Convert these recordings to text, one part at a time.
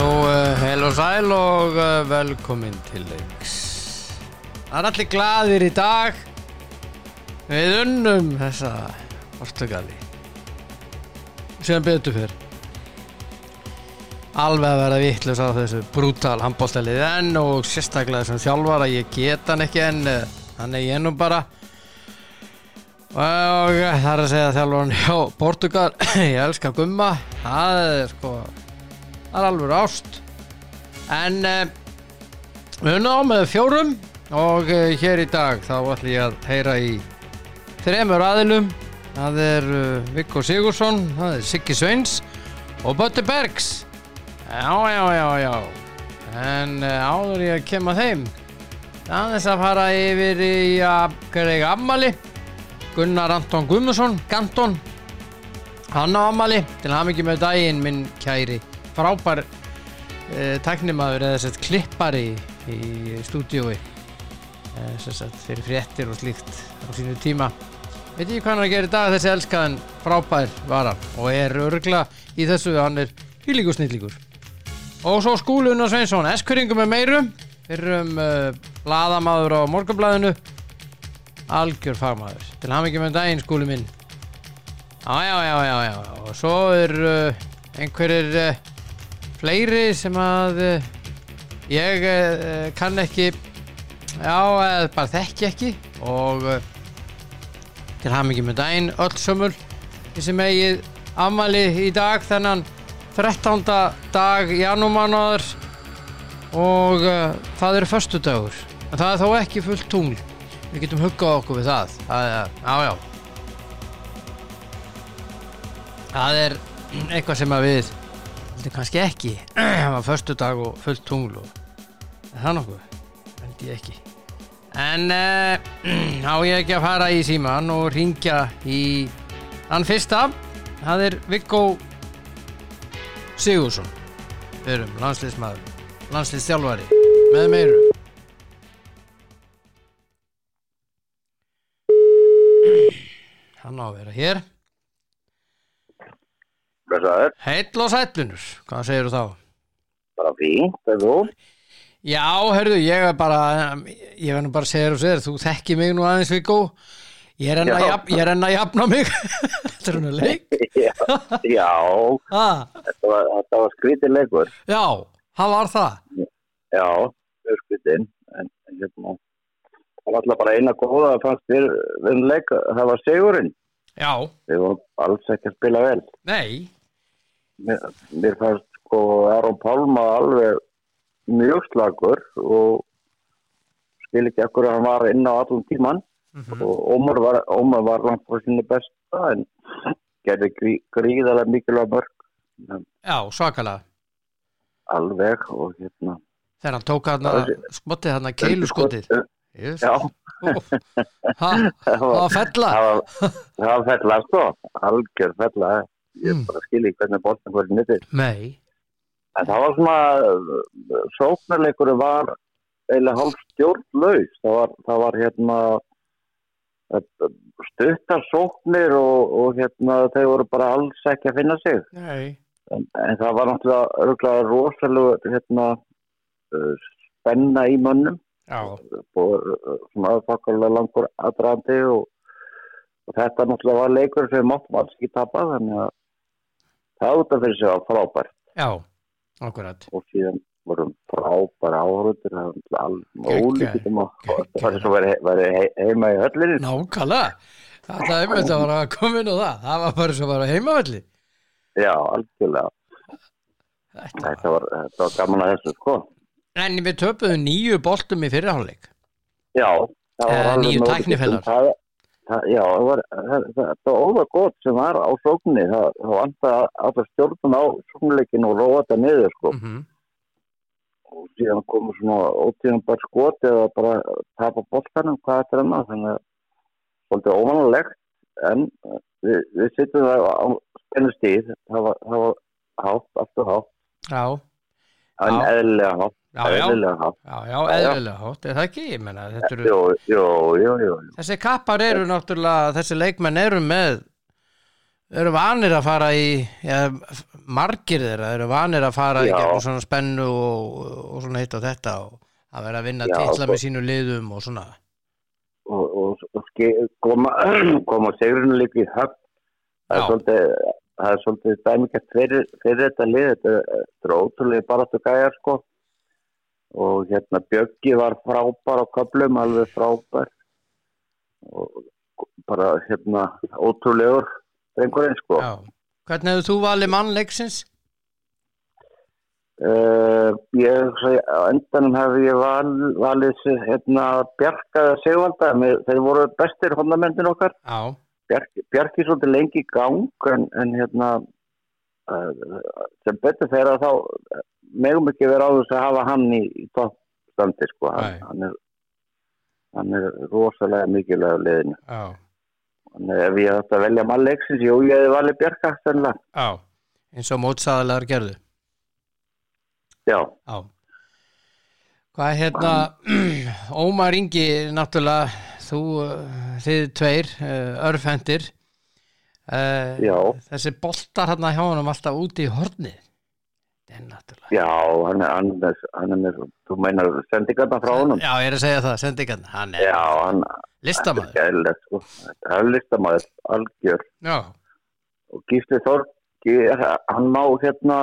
og eh, sæl og uh, velkomin til leiks. Það er allir glaðir í dag. Við unnum þessa ortugali. Sem betur fyrr. Alveg að vera vittlust á þessu brútal handbóltalið enn og sérstaklega sem þjálfara ég get hann ekki enn. Hann er ég nú bara. Og eh, það er að segja þjálfarinn hjá Portugal, ég elska gumma, það er sko, það er alveg ást. En eh, við höfum náðu með fjórum og eh, hér í dag þá ætlum ég að heyra í þremur aðilum. Það er eh, Viggo Sigursson, það er Siggi Sveins og Bötti Bergs. Já, já, já, já. En eh, áður ég að kemma þeim, það er að fara yfir í að greiða ammali. Gunnar Anton Guðmundsson, Ganton hann á amali til hamingi með daginn minn kæri frábær eh, tæknimaður eða sett klippari í stúdiói eh, sem sagt fyrir fréttir og slíkt á sínu tíma veit ég hvað hann er að gera í dag þessi elskaðan frábær var hann og er örgla í þessu hann er hýlíkur snillíkur og svo skúlun og Sveinsson eskuringum með meiru fyrir um uh, blaðamaður á morgunblæðinu algjör fagmaður til hann ekki með daginn skúli minn já já já já já og svo er uh, einhverjir uh, fleiri sem að uh, ég uh, kann ekki já uh, bara þekki ekki og uh, til hann ekki með daginn öll sömur þessi megið afmæli í dag þennan 13. dag janúmanáður og uh, það eru föstudagur en það er þó ekki fullt tungl Við getum huggað okkur við það Það er, já, já Það er eitthvað sem að við Þetta kannski ekki Það var förstu dag og fullt tungl og Er það nokkuð? Held ég ekki En eh, á ég ekki að fara í síman og ringja í Hann fyrsta Það er Viggo Sigursson Við erum landsliðsmaður Landsliðstjálfari Með meiru Hann á að vera hér Blessaður, Heill og sætlunur, hvað segir þú þá? bara fínt, það þú? Já, hörðu, ég er bara, um, ég verður bara að segja þér og segja þér, þú þekki mig nú aðeins Viggo, ég er enn að, Já. jafn, ég er enn að jafna mig, þetta er hann að leik, Já, já ah, þetta, var, þetta var skrítið leikur. já, það var það, Já, það var skrítið. En en hérna, það var alltaf bara eina góða að fannst við við um leik, það var sigurinn. já, Við vorum alls ekki að spila vel. nei, Mér, mér fannst sko Aron Pálma alveg mjög slagur og skil ekki akkur að hann var inn á allan tíman. mhm, og Ómar var, Ómar var langt frá sinni besta en gerði grí, gríðarlega mikilvæg mörg en já, svakalega, alveg og hérna þegar hann tók hann að, skottið hann að keilu skotið, jés, Já, það það var var fella, það var- það var fella sko algjör fella ég Mm. bara skil ekki hvernig bóttan hvernig nýttir nei, en það var svona uh, sóknarleikur var eiginlega hálf stjórnlaus það var, það var hérna uh, stuttar sóknir og, og hérna þau voru bara alls ekki að finna sig nei, en, en það var náttúrulega örugglega rosalega hérna, uh, spenna í mönnum já, og uh, svona aðfakkarlega langur aðdraðandi og, og þetta náttúrulega var leikur sem máttum alls ekki tapa þannig að það út af fyrir sig var frábært já, akkurat, og síðan vorum frábæra áhörður það var náttúrulega alveg ólíkitt um að Geggjað. það var svo verið veri he, heima í höllinni Nákvæmlega Þetta er einmitt að vera að koma inn á það Það var bara svo að vera heimavelli já, algjörlega þetta var, þetta var gaman að þessu sko En við töpuðum nýju boltum í fyrirháleik Já, það var Eh, alveg nýju með tæknifélagar. ólíkindum. Það- það- Já, það var, það, það, það var óða gott sem var á sóknni, það, það vantaði alltaf stjórnum á sóknleikin og róa þetta niður sko. mm -hmm. Og síðan komur svona ótíðan bara skot eða bara tapa boltanum, hvað þetta er annað, þannig að svolítið óvanulegt, en eh, við, við sittum það á spennu stíð, það var, það var hátt, alltaf hátt, Já, en Já. eðlilega hátt, já, já, eðlilega hátt. já, já, eðlilega hátt Er það ekki, ég menna eru, Jú, jú, jú, jú, jú. Þessi kappar eru náttúrulega Þessi leikmenn eru með eru vanir að fara í ja, margir þeirra eru vanir að fara í Já. gegnum svona spennu og, og svona hitt og þetta og að vera að vinna Já, titla sko. með sínu liðum og svona og, og, og ske- koma, koma segrinu líka í höfn það er Já. svolítið það er svolítið dæmikert fyrir, fyrir þetta lið þetta er- þetta er ótrúlega baráttu gæjar sko og hérna Bjöggi var frábær á köflum alveg frábær og bara hérna ótrúlegur drengurinn sko Já. Hvernig hefur þú valið mann leiksins? uh, ég hugsa að á endanum hefði ég val, valið sig, hérna Bjarkaða Sigvalda með- þeir voru bestir hondamendin okkar Já, Bjarki, Bjarki er svolítið lengi í gang en, en hérna uh, sem betur þeirra þá eh, megum ekki vera á þess að hafa hann í, í toppstandi sko hann, Nei. hann, er, hann er rosalega mikilvæg á liðinu já, Þannig að ef ég ætti að velja maður leiksins, jú ég hefði valið Bjarka sennilega, já eins og mótsaðalegar gerðu já Já Hvað hérna Ómar Ingi náttúrulega þú, uh, þið tveir uh, örfendir uh, Já. þessi boltar hérna hjá honum alltaf úti í hornið þetta er náttúrulega já, hann er, hann er, hann er með, þú meinar sendingarna frá honum, Já, ég er að segja það, sendi ekki hann hann er já hann listamaður gæðilegt sko, hann er listamaður algjör Já, og Gísli Þorgi hann má hérna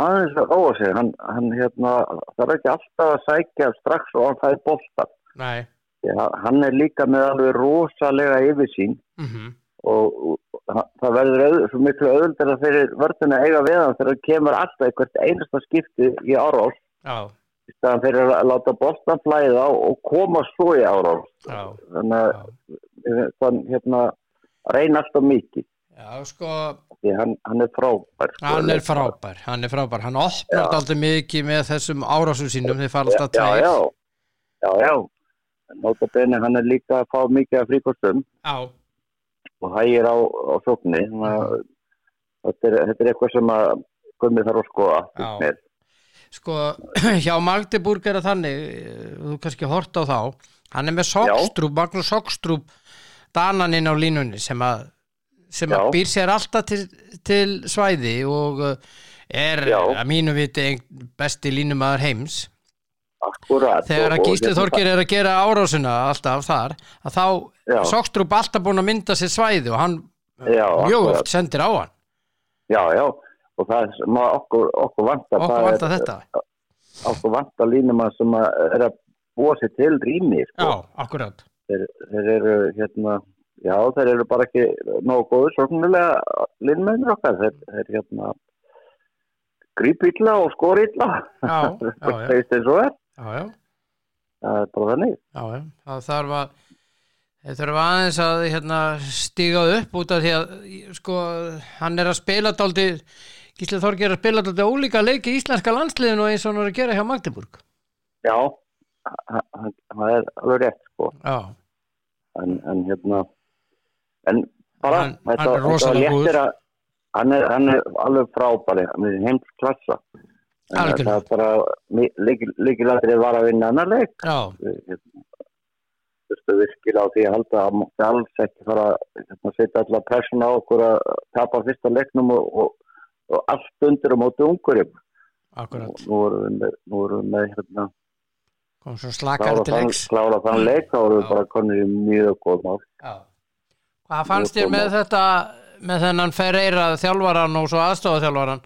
aðeins að róa sig hann, hann hérna þarf ekki alltaf að sækja strax og hann fæði bolta nei Því að hann er líka með alveg rosalega yfirsýn mm og, og hann- það verður öð, svo miklu öðuldara fyrir vörðinu að eiga við hann þegar hann kemur alltaf eitthvað einasta skipti í árás Já, í staðan fyrir að láta boltan flæða og koma svo í árás já þannig að hann hérna reyna alltaf mikið Já, sko, því hann, hann er frábær sko. hann er frábær, hann er frábær, hann Já. opnar alltaf mikið með þessum árásum sínum, þið fara alltaf já, tveir. já, já, já. Nóta beni, hann er líka að fá mikið af fríkostum já. og hægir á, á sókni. Þannig að Þetta er, þetta er eitthvað sem að gummi þarf að skoða. Já. finnst mér. sko, hjá Magdeburg er það þannig, eh, þú kannski hort á þá, hann er með Sogstrúb, Magnús Sogstrúb, dananinn á línunni sem að, sem að Já. býr sér alltaf til, til svæði og eh, er Já. að mínu viti einn besti línumæður heims. Akkúrat. Þegar Og- að og Gísli hérna- Þorgir er að gera árásuna alltaf þar, að þá Já. Sogstrúb alltaf búin að mynda sér svæði og hann Já, mjög akkúrat. oft sendir á hann. Já, já. Og það sem að okkur, okkur vantar. Okkur það er- vantar þetta. Okkur vantar línum að sem að er að búa sér til rými. Já, Sko. akkurat. Þeir, þeir eru hérna... Já, þeir eru bara ekki nógu góður sorgnulega linnmennir okkar. Þeir, þeir hérna gríp illa og skor illa. Já, já, já, þeir þeir svo er. já, já. Það er bara þannig. Já, já, það þarf að þeir þurfa aðeins að hérna, stíga upp út af því að sko, hann er að spila daldi Gísli Þorgir er að spila daldi ólíka leiki í íslenska landsliðinu eins og hann er að gera hjá Magdeburg Já, hann- hann- það er alveg rétt sko. Já, En, en hérna, en bara, Hann- hann er rosalega léttir góður. að, hann er, hann er alveg frábæri, hann er heimsklassa. En Algjörlega. Það er bara, líkilandrið var að vinna annar leik. já, Hérna, Þurftu virkilega á því að halda að mátti alls ekki fara hérna, að setja allar pressuna á okkur að tapa fyrsta leiknum og, og, og allt undir á móti ungurum. akkurat Nú erum við með, nú erum við með hérna, kom svo slakar klára til þann, leiks klára þann leik þá erum við Já. bara konir í mjög góð mál Já. Hvað fannst þér með þetta með þennan Ferreira þjálfaran og svo aðstofa þjálfaran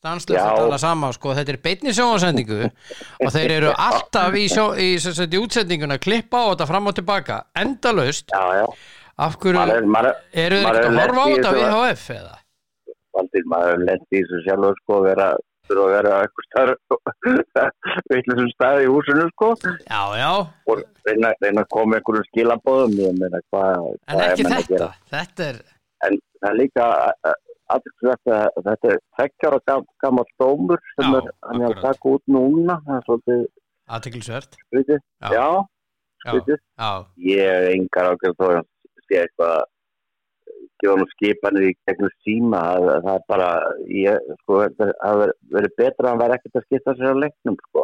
stanslust Já. að tala sama sko, þetta er beinni sjónasendingu og þeir eru alltaf í, sjó, í, í, í útsendinguna klippa á þetta fram og tilbaka endalaust já, já, Af hverju maður er, maður er eru þeir maður ekkert hefur að horfa á lent þetta við HF eða? í þessu að- Valdir, maður er lent í þessu sjálfur sko að vera, þurfa að vera eitthvað starf veitlega staði í húsinu sko Já, já, og reyna, reyna að koma einhverjum skilabóðum ég meina hvað en hvað er ekki menn að þetta. gera? Þetta er, en það er líka eh, athyglisvert að þetta er þekkjára gam, gammal dómur sem Já, er hann er að akkurat. taka út núna það er svolítið, aðteglisvert. skrítið Já. já, Já, skrítið já, ég hef engar ákveð þó að hann sé eitthvað að gefa nú skipanir í gegnum síma að, að það er bara ég, sko, það hafi verið betra að hann væri ekkert að skipta sér á leiknum sko.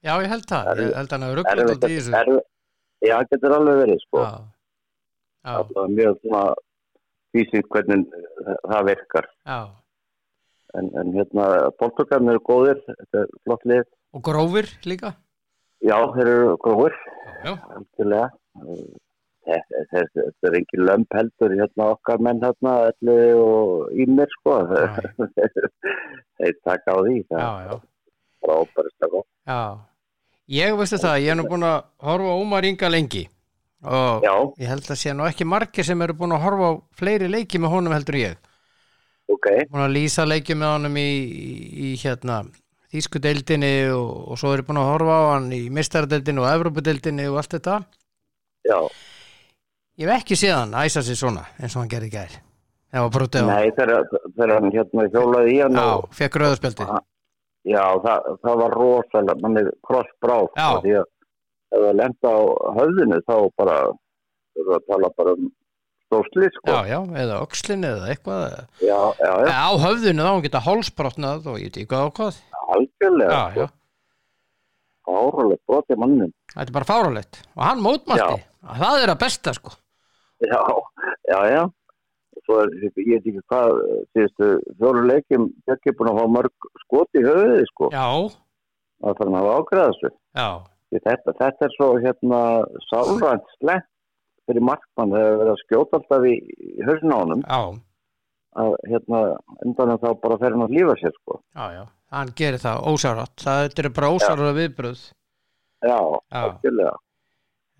já, ég held það. Ég held hann að ruggla Erfitt þetta í að- þessu. erfitt- já, það getur alveg verið sko. Já, já, það er mjög svona físið hvernig eh, það virkar. já. En, en hérna, Portugaln eru góðir, þetta er flott lið. Og grófir líka. Já, þeir eru gróður, Já, algjörlega. Eh, Þetta þetta- þetta er engin lömp heldur, hérna okkar menn hérna, ellu og ímir, sko. Þeir taka á því, það já, er já. bara óbæðist að góð. já. Ég veistu það, ég er nú búin að horfa á Ómar Inga lengi og Já, ég held að sé nú ekki margir sem eru búin að horfa á fleiri leiki með honum heldur en ég. ok, Búin að lýsa leiki með honum í, í hérna Þísku deildinni og, og svo er ég búin að horfa á hann í mistardeldinni og Evrópudeldinni og allt þetta. já. Ég hef ekki séð hann æsa sig svona eins og hann gerði í gær. Það var brotið á hann. Nei, þegar þegar hann hérna hjólaði í hann Já, og fekk rauðarspjaldið. Já, það, það var rosalega, manni krossbráð, Já. sko, því að ef það lenda á höfðinu þá bara, þú erum að tala bara um stórsli, sko. Já, já, eða öxlin eða eitthvað. eða- Já, já, já, Eða á höfðunni þá, hún geta hálsbrotnað og ég veit ekki hvað á hvað. algjörlega, Já, já, sko, áraleg broti mannum. þetta er bara fáralegt. Og hann mótmælti. Það er að besta, sko. Já, já, já. Svo er, ég veit ekki hvað, síðustu fjóru leikjum, ekki búin að fá mörg skot í höfuði, sko. Já, Það þarf að hafa ágræða þessu. já, Því Þetta, þetta er svo, hérna, sálrænt slett fyrir markmann, það hefur verið að skjóta alltaf í, í hausin á honum. já, að hérna, undan en þá bara fer hann að lífa sér sko. já, já. Hann gerir það ósárat. Það þetta er bara ósárat viðbröð. Já, Já. algjörlega.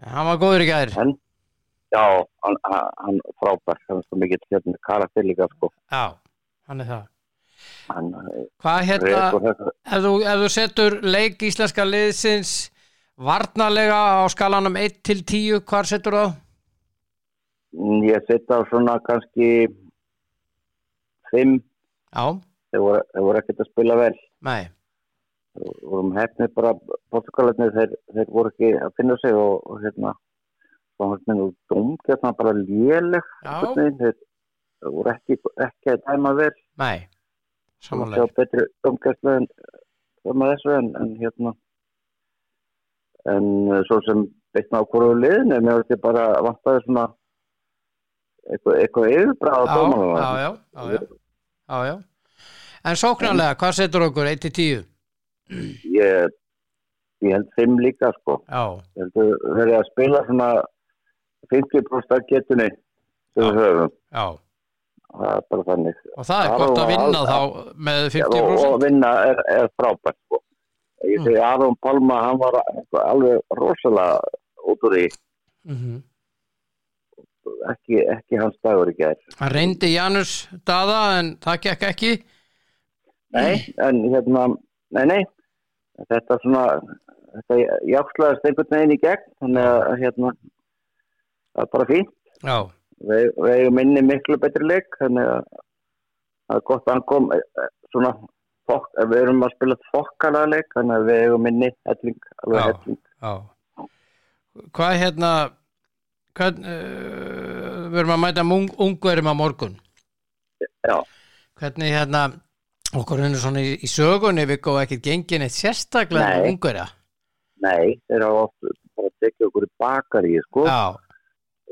En Hann var góður í gær. En, já, hann, hann- hann frábær, hann er svo mikill hérna karakter líka sko. Já, hann er það. Hann Hvað reyður hérna, og sko þetta, ef þú, ef þú setur leik íslenska liðsins varnarlega á skalanum 1 til 10, hvar setur það? Mm, ég setja á svona kannski fimm, Já, þeir voru, þeir voru ekkert að spila vel. nei, Þeir vorum hefnir bara, portugalarnir þeir, þeir voru ekki að finna sig og, og hérna, þá hann minn og dumt, hérna bara léleg. Já. einhvern veginn. Þeir, þeir voru ekki, ekki að dæma vel. nei. og Samanlega. sjá betri domgæslu en sem að þessu en, en hérna en eh, svo sem bitna á hvoru liðinu en ég veit bara vantaði svona eitthvað, eitthvað yfirbráð á dómanum já, já, já, já, já, já. En sóknarlega, hvað setur okkur 1 til 10? ég, ég held þeim líka sko Já, ég held að verið að spila svona 50% af getunni sem við höfum já. það er bara þannig Og það er Já, gott að og vinna al- þá með og, og 50%. vinna er, er frábært sko ég Mm. segi Aron Palma hann var eitthvað alveg rosalega út úr því Mhm. ekki, ekki hans dagur í gær. Hann reyndi Janus Dada en það gekk ekki. Nei, en hérna, nei, nei, þetta svona, þetta jákslaðist einhvern veginn í gegn, þannig að hérna, það er bara fínt. Já, Við, við eigum inni miklu betri leik, þannig að það er gott að hann kom, eh, eh, svona, fok, við erum að spila þokkalega leik, þannig að við eigum inni helling, alveg Já. helling. já. Hvað hérna, hvern, uh, við erum að mæta mung, ungverjum á morgun. Já, Hvernig hérna, okkur henni svona í, í sögunni við góðum ekkert gengin eitt sérstaklega Nei. með ungverja. nei, þeir hafa oft bara tekið okkur í bakar í, sko. Já,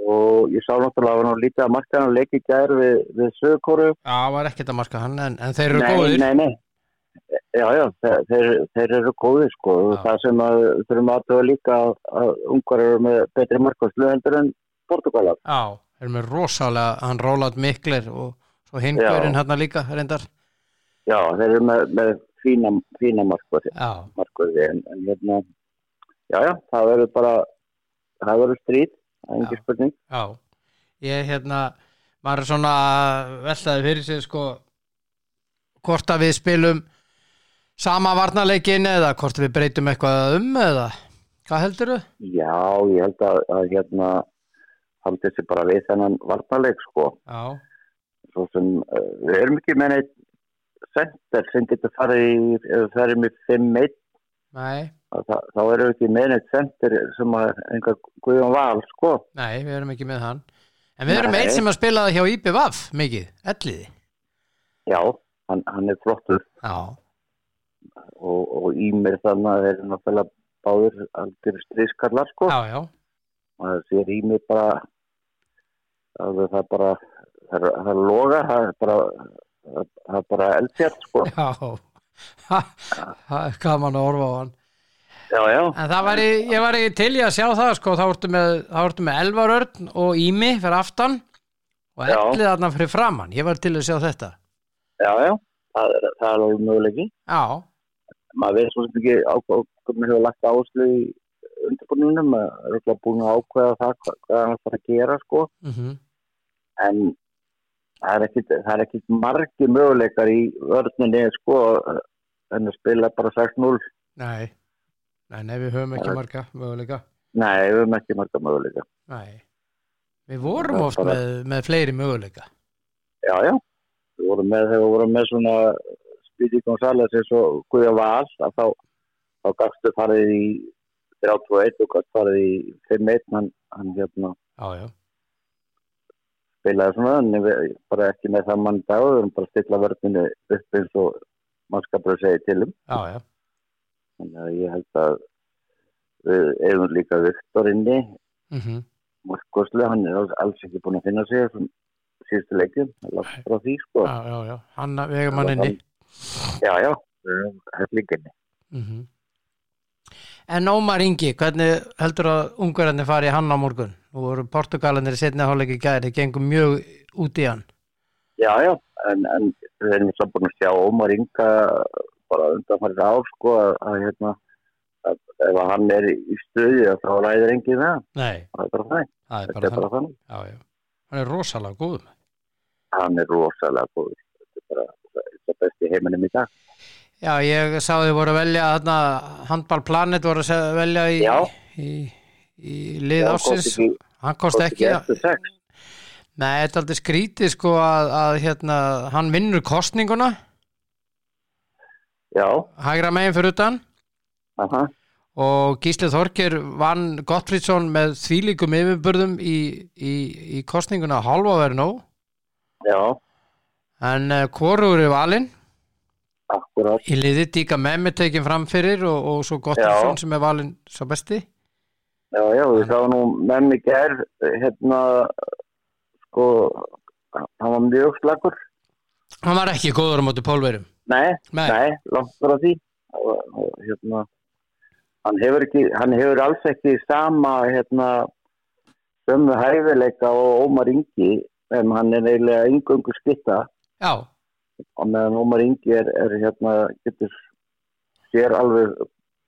Og ég sá náttúrulega að hann var lítið að markaðan leik í gær við, við sögkóru. já, var ekkert að marka hann en, en þeir eru nei, góðir. Nei, nei, já, já, þe- þeir, þeir eru góðir sko Já. það sem að þurfum að aðtöða líka að, að ungar eru með betri markværslu heldur en portugalar Já, þeir eru með rosalega, hann rólað miklir og svo Já. hingurinn hérna líka reyndar. Já, þeir eru með, með fína, fína markværslu Já, en, en hérna, já, já, það verður bara það verður stríð, það Já. er engin spurning Já, ég hérna, maður er svona veltaði fyrir sig sko hvort að við spilum sama varnarleikin eða hvort við breytum eitthvað um eða hvað heldur þau? Já, ég held að, að hérna haldið sér bara við þennan varnarleik sko Já, svo sem uh, við erum ekki með neitt center sem getur farið í, ef við ferum í 5-1 nei, að þa- þá eru við ekki með neitt sendir sem að einhver Guðjón Val sko, nei, við erum ekki með hann. En við erum Nei. einn sem að spila það hjá IPVAF mikið, elliði. já, hann, hann er flottur Já, og, og Ímir þannig að þeir eru náttúrulega báður algjör strískarlar sko já, já, og það sér Ímir bara að það er bara það, er- það logar, það er bara, það- það er bara eldfjart sko. Já, Ha, það er gaman að orfa á hann. Já, já, En það væri, ég væri til í að sjá það, sko, þá ertu með, þá ertu með Elvar Örn og Ími fyrir aftan og Já. ellið þarna fyrir framann. Ég væri til í að sjá þetta. já, já, það er, það er alveg möguleiki. Já, Maður veit svo sem ekki ákvæmur hefur lagt áherslu í undirbúninum, maður er alltaf búin að ákveða það hvað, hvað hann ætlar að gera sko. mm En það er ekkit, það er ekkit margi möguleikar í vörninni sko, en að spila bara 6-0. nei. Nei, nei, við höfum ekki marga möguleika. Nei, við höfum ekki marga möguleika. Nei. Við vorum Það er oft bara- með, með fleiri möguleika. Já, já. Við vorum með þegar við vorum með svona Spíti González eins og Guðja Val að þá, þá gafstu farið í 31 og gafstu farið í 5-1 hann, hann hérna Já, já. spilaði svona en við bara ekki með það mann í dag við vorum bara að stilla vörðinu upp eins og mannskapur segi til um Já, já. þannig að ég held að við eigum líka Viktor inni Mm Markoslu, hann er alls- alls ekki búin að finna sig þessum síðustu leikjum langt frá því sko Já, já, já. Hanna vegamanninni. já, já, við höfum hellinginni Mm En Ómar Ingi, hvernig heldur að ungverðarnir fari í hann á morgun? Nú voru Portugalanir í setna hálfleik í gæri, gengum mjög út í hann. Já, já, en, en við erum svo búin að sjá Ómar Inga bara undanfærið ár, sko, að, að hérna, að, ef að hann er í stuði að þá ræðir enginn það, Nei, það er bara þannig, það er þetta bara er bara þannig. þannig. Já, já. Hann er rosalega góð. Hann er rosalega góð, þetta er bara þetta er besti í heiminum í dag. Já, ég sá þið voru að velja þarna, Handball Planet voru að se- velja í, Já. í, í lið Já, ásins. komst ekki- Hann kosti ekki, eftir sex, nei, þetta er aldrei skrítið sko að, að hérna, hann vinnur kostninguna, já, hægra megin fyrir utan. aha, og Gísli Þorkir vann Gottfridsson með þvílíkum yfirbörðum í, í, í kostninguna halva verið nóg já, en uh, hvorur er valinn akkurat, í liði díka memmi tekin fram fyrir og, og svo Gottfridsson sem er valinn sá besti já, já, við sáum nú með mig gerð, hérna, sko, hann var mjög slagur. hann var ekki góður á móti pólverum Nei, Nei. nei. langt frá því og, og, hérna, hann hefur ekki, hann hefur alls ekki sama hérna sömu hæfileika og Ómar Ingi en hann er eiginlega yngöngu skitta já, og meðan Ómar Ingi er, er hérna getur sér alveg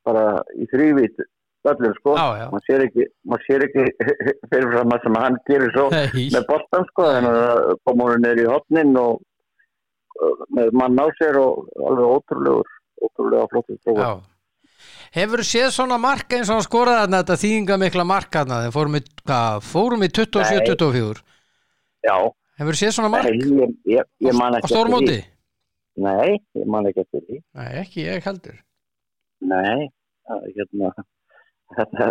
bara í þrývít öllum sko, Já, já. maður sér ekki maður sér ekki fyrir fram að sem hann gerir svo Nei. með bostan sko þannig að kom hún neyri í hopnin og uh, með mann á sér og alveg ótrúlegur ótrúlega flottur strókur. já. hefur séð svona marka eins og hann skoraði þarna þetta þýðinga mikla marka þarna þeir fórum í, hvað, fórum í 27-24 Já, hefur séð svona Nei, mark ég, ég, ég á man ekki stórmóti Nei, ég man ekki eftir því. nei, ekki ég heldur Nei, það er hérna, þetta,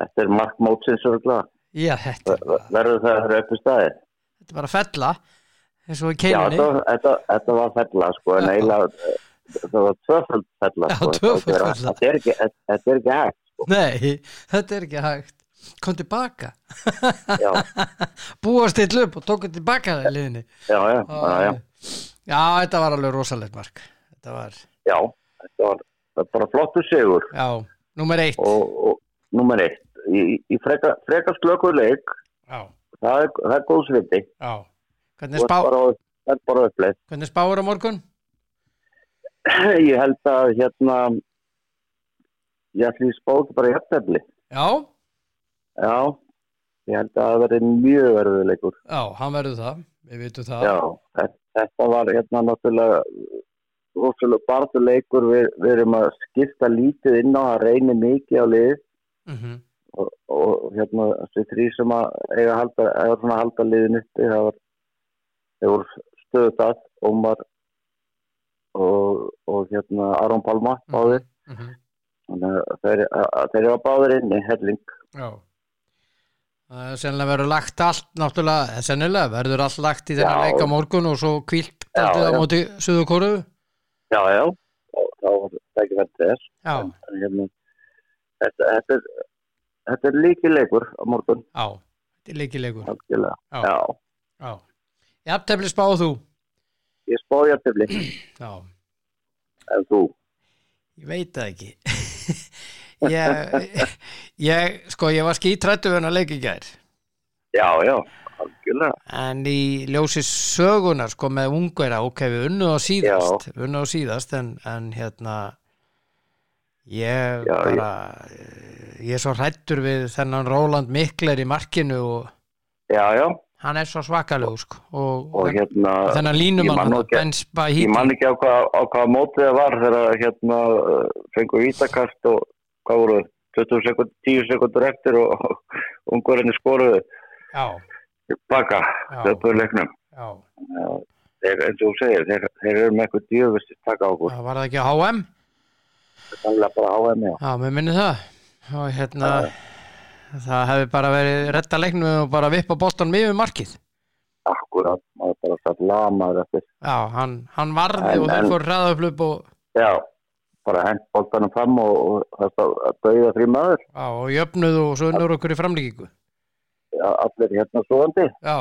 þetta er mark mótsins örgla. já, þetta er bara Verður það þurra uppi staði? þetta er bara að fella eins og í Já, keilinni þetta, var- þetta, þetta var fella sko, en Já. eiginlega eh, það var tvöföld fella Já, sko. tvöföld Þetta er- fella. Þetta er ekki, þetta- þetta er ekki hægt. nei, þetta er ekki hægt kom tilbaka Já, búast eitt upp og tókum tilbaka það í liðinni já, já, já, já. já, þetta var alveg rosalegt mark þetta var, já, þetta var þetta var bara flottu sigur já, nummer eitt og, og nummer eitt, í, í freka, freka slökuleik, já, það er, það er góð sviti, já hvernig, það er spá, bara, það er bara uppleið. hvernig spáur á morgun? Ég held að hérna, ég ætli ég spáði bara hjartefli, já, já, ég held að það verði mjög verðuleikur, já, hann verður það við vitum það já, þe- þetta var hérna náttúrulega rosalega barðuleikur, við, við erum að skipta lítið inn á, það reynir mikið á lið, Mhm. og, og hérna þessi þrý sem að eiga að halda, eiga svona að halda liðin uppi það var þeir voru stöðu það Ómar og, og hérna Aron Palma báðir Mhm. þannig að þeir, að- að þeir eru báðir inni helling já Það er sennilega verður lagt allt náttúrulega, eh, sennilega verður allt lagt í þennan Já. leika morgun og svo kvílt daldið á já. móti suðu kóru já já og þá var það ekki verið þess Já, en hérna þetta, þetta er þetta er líkilegur á morgun já, þetta er leikilegur algjörlega Já. já Já. Jafntefli spáðu þú. Ég spáði jættefli Já, en þú. ég veit það ekki. ég, ég, sko, ég var skítrættu við hennar leik í gær. Já, já, algjörlega. En í ljósi sögunar, sko, með ungverða, ok, við unnum á síðast, við unnum á síðast, en, en hérna, ég Já, bara, eh, ég er svo hrættur við þennan Róland Mikler í markinu og Já, já, hann er svo svakalög, sko, og, og hérna, þennan ég man línumann, nú hann, ekki- Benz ég Bahíti, man ekki á hvað, á hvað mótið það var þegar hérna uh, fengu vítakast og hvað voru, 20 sekund, 10 sekundur eftir og ungverðinni skoruðu já, tilbaka þetta er leiknum. já, Já, Þeir, eins og þú segir, þeir, þeir eru með eitthvað djöfust takk á okkur, það var það ekki á HM þannig bara á henni já, mér minni það og hérna það hefði bara verið retta leiknum og bara vippa bóttan mjög við markið akkurat, maður bara satt lamaður eftir, já, hann, hann varði En- og þeir en- fór ræðaflöp og, já, bara hent boltanum fram og, og þetta að dauða þrý maður, já, og jöfnuð og svo unnur okkur í framlíkingu Já, allir hérna svoandi, já,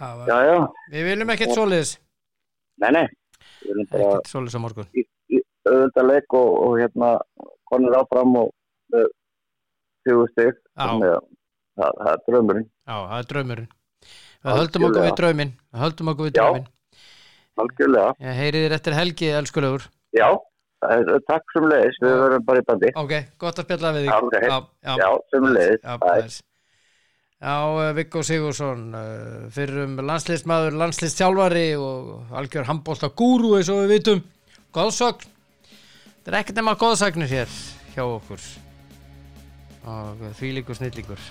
já var, já, já, við viljum ekkert svoleiðis nei, nei, við erum bara ekkert svoleiðis á morgun auðvitað leik og, og hérna konur áfram og þjóðu stig, já, þannig að það, það er drömmurinn, já, það er draumurinn við höldum okkur Algjörlega. við drauminn við höldum okkur við Já. drauminn algjörlega, ég heyri þér eftir helgi, elskulegur já, það er- takk sem leiðis, við verum bara í bandi, ok, gott að spjalla við Ok. þig já, já, já, sem leiðis, Já, það bless. Já, eh, Viggo Sigursson, fyrrum landslýsmaður, landslýstjálfari og algjör handbólta gúru eins og við vitum. Góðsögn, þetta er ekkert nema góðsögnir hér hjá okkur og því líkur snillíkur.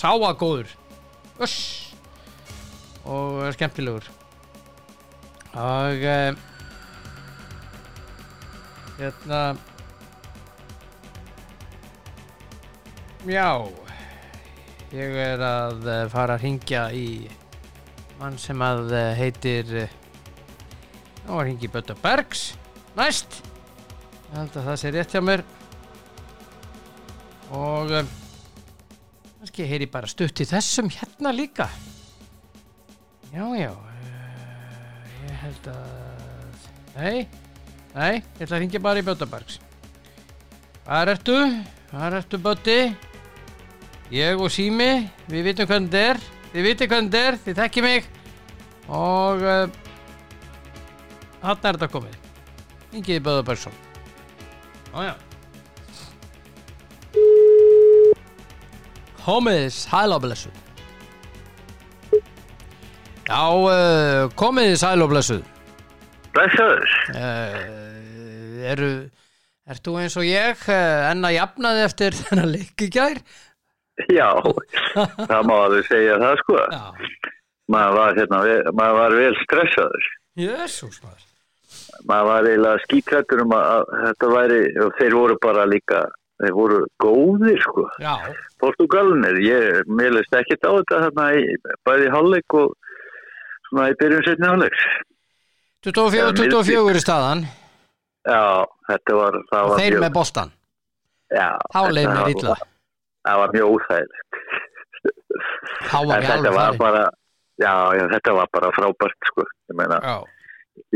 Sáa góður, öss og er skemmtilegur. Og eh, hérna, já... Ég er að eh, fara að ringja í mann sem að eh, heitir eh, Ná að ringi Bötta Bergs Næst Ég held að það sé rétt hjá mér Og eh, kannski heyri bara stutt í þessum hérna líka Já, já eh, Ég held að Nei, nei Ég ætla að ringja bara í Bötta Bergs Hvar ertu? Hvar ertu Bötti? Ég og Sími, við vitum hvernig þetta er, þið vitum hvernig þetta er, þið tekki mig og uh, hann er þetta komið. Ingiði Böða Bergson. Ójá. Komiðis, hæla og blessuð. Já, uh, komiðis, hæla og blessuð. Blessaður. Uh, eru, ert þú eins og ég uh, enn að jafnaði eftir þennan leik í gær? Já, það má alveg segja það sko. Já. Maður var, hérna, ve- maður var vel stressaður. Jésús maður. Maður var eiginlega skítrættur um að, að þetta væri, og þeir voru bara líka, þeir voru góðir sko. Já, Portugalinir, ég meðlust ekkert á þetta þarna í bæði hálfleik og svona í byrjun setni hálfleiks. 24 24 í staðan Já, þetta var, það og var þeir með boltan. já, Þá leið þetta mér var- illa. Það var mjög óþægilegt. Þá var En ég þetta alveg var farið. bara, já, já, þetta var bara frábært sko. Ég meina, Já,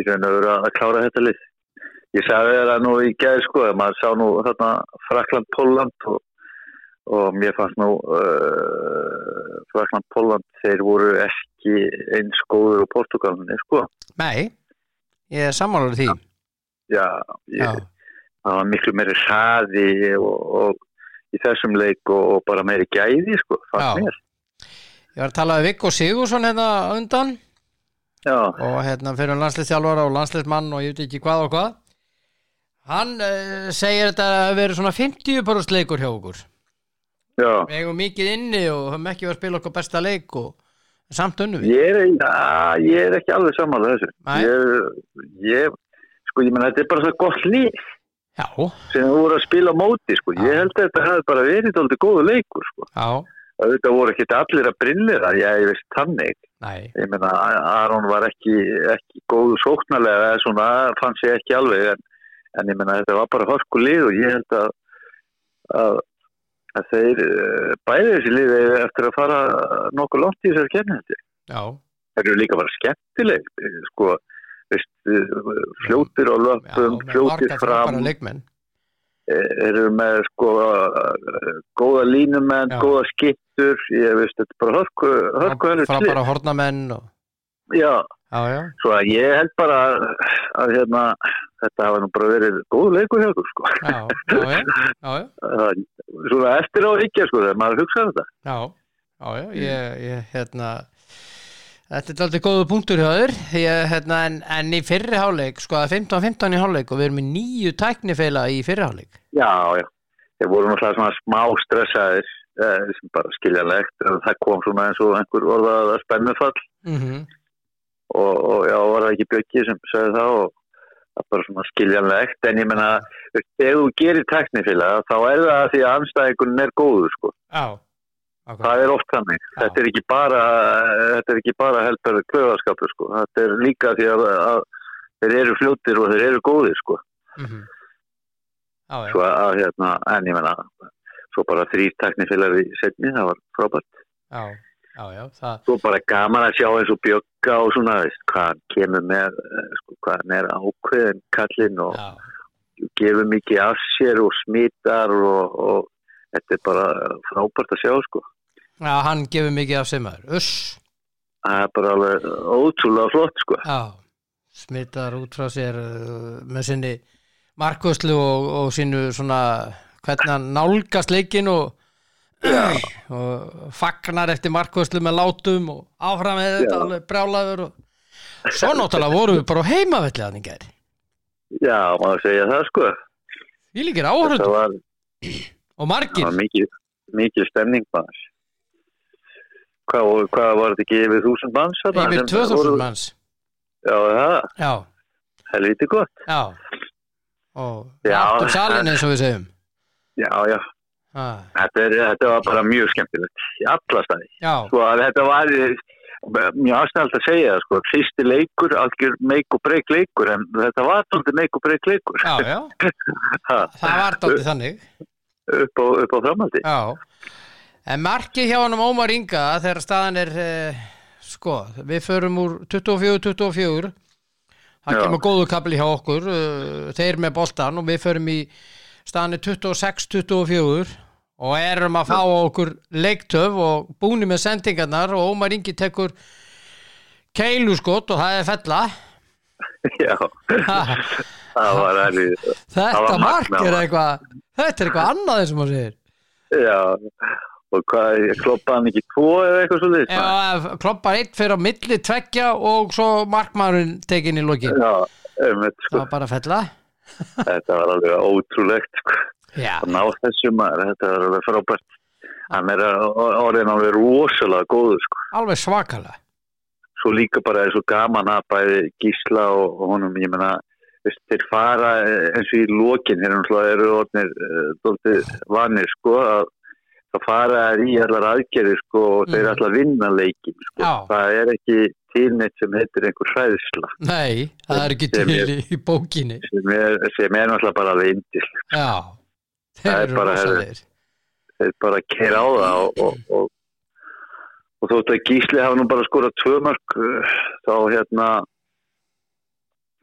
í raun og veru að klára þetta lið. Ég sagði þér að nú í gæði sko, að maður sá nú þarna Frakland Pólland og, og mér fannst nú uh, Frakland Pólland þeir voru ekki eins góður og Portugalinni sko. nei, ég er sammálaður því. Já, ég, Já, það var miklu meiri hraði og, og í þessum leik og, og bara meiri gæði sko, Já. fannst mér. ég var að tala við Viggo Sigursson hérna á undan Já, og hérna fyrir landsliðstjálfara og landsliðsmann og ég veit ekki hvað og hvað. Hann uh, segir þetta að vera svona 50 porust leikur hjá okkur. já. Við eigum mikið inni og höfum ekki verið að spila okkar besta leik og samt unnum við. Ég er, ja, ég er ekki alveg samanlega þessu. Nei. Ég, ég, sko, ég menna, þetta er bara svo gott lið. Já, sem þú voru að spila á móti sko. ég held að þetta hefði bara verið aldrei góðu leikur sko. já, þetta voru ekkert allir að brilli þar ég, ég veist þannig nei, ég meina Aron var ekki, ekki góðu sóknarlega eða svona fannst ég ekki alveg en, en ég meina þetta var bara hörku lið og ég held að að, að þeir eh, bæði þessi lið eiga eftir að fara nokkuð langt í þessar kemni já, Það eru líka bara skemmtileg, sko, veist, eh, fljótir á já löpum, með fljótir marga fram, frábæra leikmenn eh, eru með, sko, eh, góða línumenn, Já. góða skittur, ég veist, þetta er bara hörku, hörku henni til. frábæra hornamenn og, Já, já, já, svo að ég held bara að, að hérna, þetta hafa nú bara verið góð leikur hjá okkur, sko. já, já, já, já, já. Það- Svona eftir á higgja, sko, þegar maður hugsaði þetta. Já, já, já, ég, ég, hérna, þetta er aldrei góðu punktur hjá þér, ég, hérna, en, en í fyrri hálfleik, sko, það er 15-15 í hálfleik og við erum í nýju tæknifeila í fyrri hálfleik. Já, já. Þeir voru náttúrulega svona smá stressaðir eh, sem bara skiljanlegt en það kom svona eins og einhver orðað að spennufall Mm -hmm. og, og já, var það ekki Bjöggi sem sagði það og það er bara svona skiljanlegt en ég menna, ef þú gerir teknifélag þá er það af því að anstæðingunin er góður sko. Já, ok, Það er oft þannig. Já. Þetta er ekki bara þetta er ekki bara heldur klöðaskapur sko. Þetta er líka því að, að þeir eru fljótir og þeir eru góðir sko. mm já, já, svo að hérna, en ég menna svo bara þrýr teknifélag í setni það var frábært, já, já, já, það, svo bara gaman að sjá eins og bjögga og svona, veist, hvað hann kemur með, eh, sko, hvað hann er ákveðin kallinn og já, gefur mikið af sér og smítar og, og þetta er bara frábært að sjá, sko já, hann gefur mikið af sem maður, uss, það er bara alveg ótrúlega flott, sko já, smittar út frá sér uh, með sinni markvöslu og, og sínu svona, hvernig hann nálgast leikin og Já, og fagnar eftir markvörslu með látum og áfram með þetta Já. alveg brjálaður og... svo náttúrulega vorum við bara á heimavelli að þingar já, maður segja það, sko ég líkir þetta áhörðu var, og það margir var mikið, mikið stemning, maður Hvað, voru- hvað var þetta ekki yfir þúsund manns? þarna yfir sem 2000 voru- manns Já, það, já, helviti gott. já og Já. áttum salin eins og við segjum Já, já, ha, þetta, er, þetta var bara mjög skemmtilegt í alla staði. já, Sko, að þetta var, mjög aðstæðalt að segja það, sko, fyrsti leikur, algjör meik og breyk leikur, en þetta var svolítið meik og breyk leikur. já, já Ha, það var dálítið þannig upp á, upp á framaldi. já en markið hjá hann um Ómar Inga þegar staðan er eh, sko, við förum úr 24-24 það Já. kemur góðu kapli hjá okkur eh, þeir með boltan og við förum í staðan er 26-24 og erum að fá á okkur leiktöf og búni með sendingarnar og Ómar Ingi tekur keiluskott og það er fella Já, Ha, það var alveg, var þetta mark magnað, er maður. eitthvað þetta er eitthvað annað eins og maður segir já, og hvað, kloppaði hann ekki tvo eða eitthvað svo leiðis? ef ef kloppar einn fyrir á milli tveggja og svo markmaðurinn tekinn í lokin Já, um, það sko, var bara að fella þetta var alveg ótrúlegt, sko, já, að ná þessu maður, þetta var alveg frábært. Hann er að- orðin alveg rosalega góður, sko. alveg svakalega svo líka bara er svo gaman að bæði gísla og, og honum, ég menna veist, þeir fara eh, eins og í lokin þeir náttúrulega eru orðnir uh, dóltið vanir sko að það fara þær í allar aðgerðir sko og Mhm. þeir mm. allar vinna leikin sko. Já. það er ekki tilneitt sem heitir einhver hræðsla nei, það er ekki Sem til ég- í, í bókinni sem er, sem er náttúrulega bara alveg indil já, þeir Það er eru bara- rosalegir þeir bara keira á það og, og, og, og þótt að Gísli hafa nú bara skorað tvö mörg þá hérna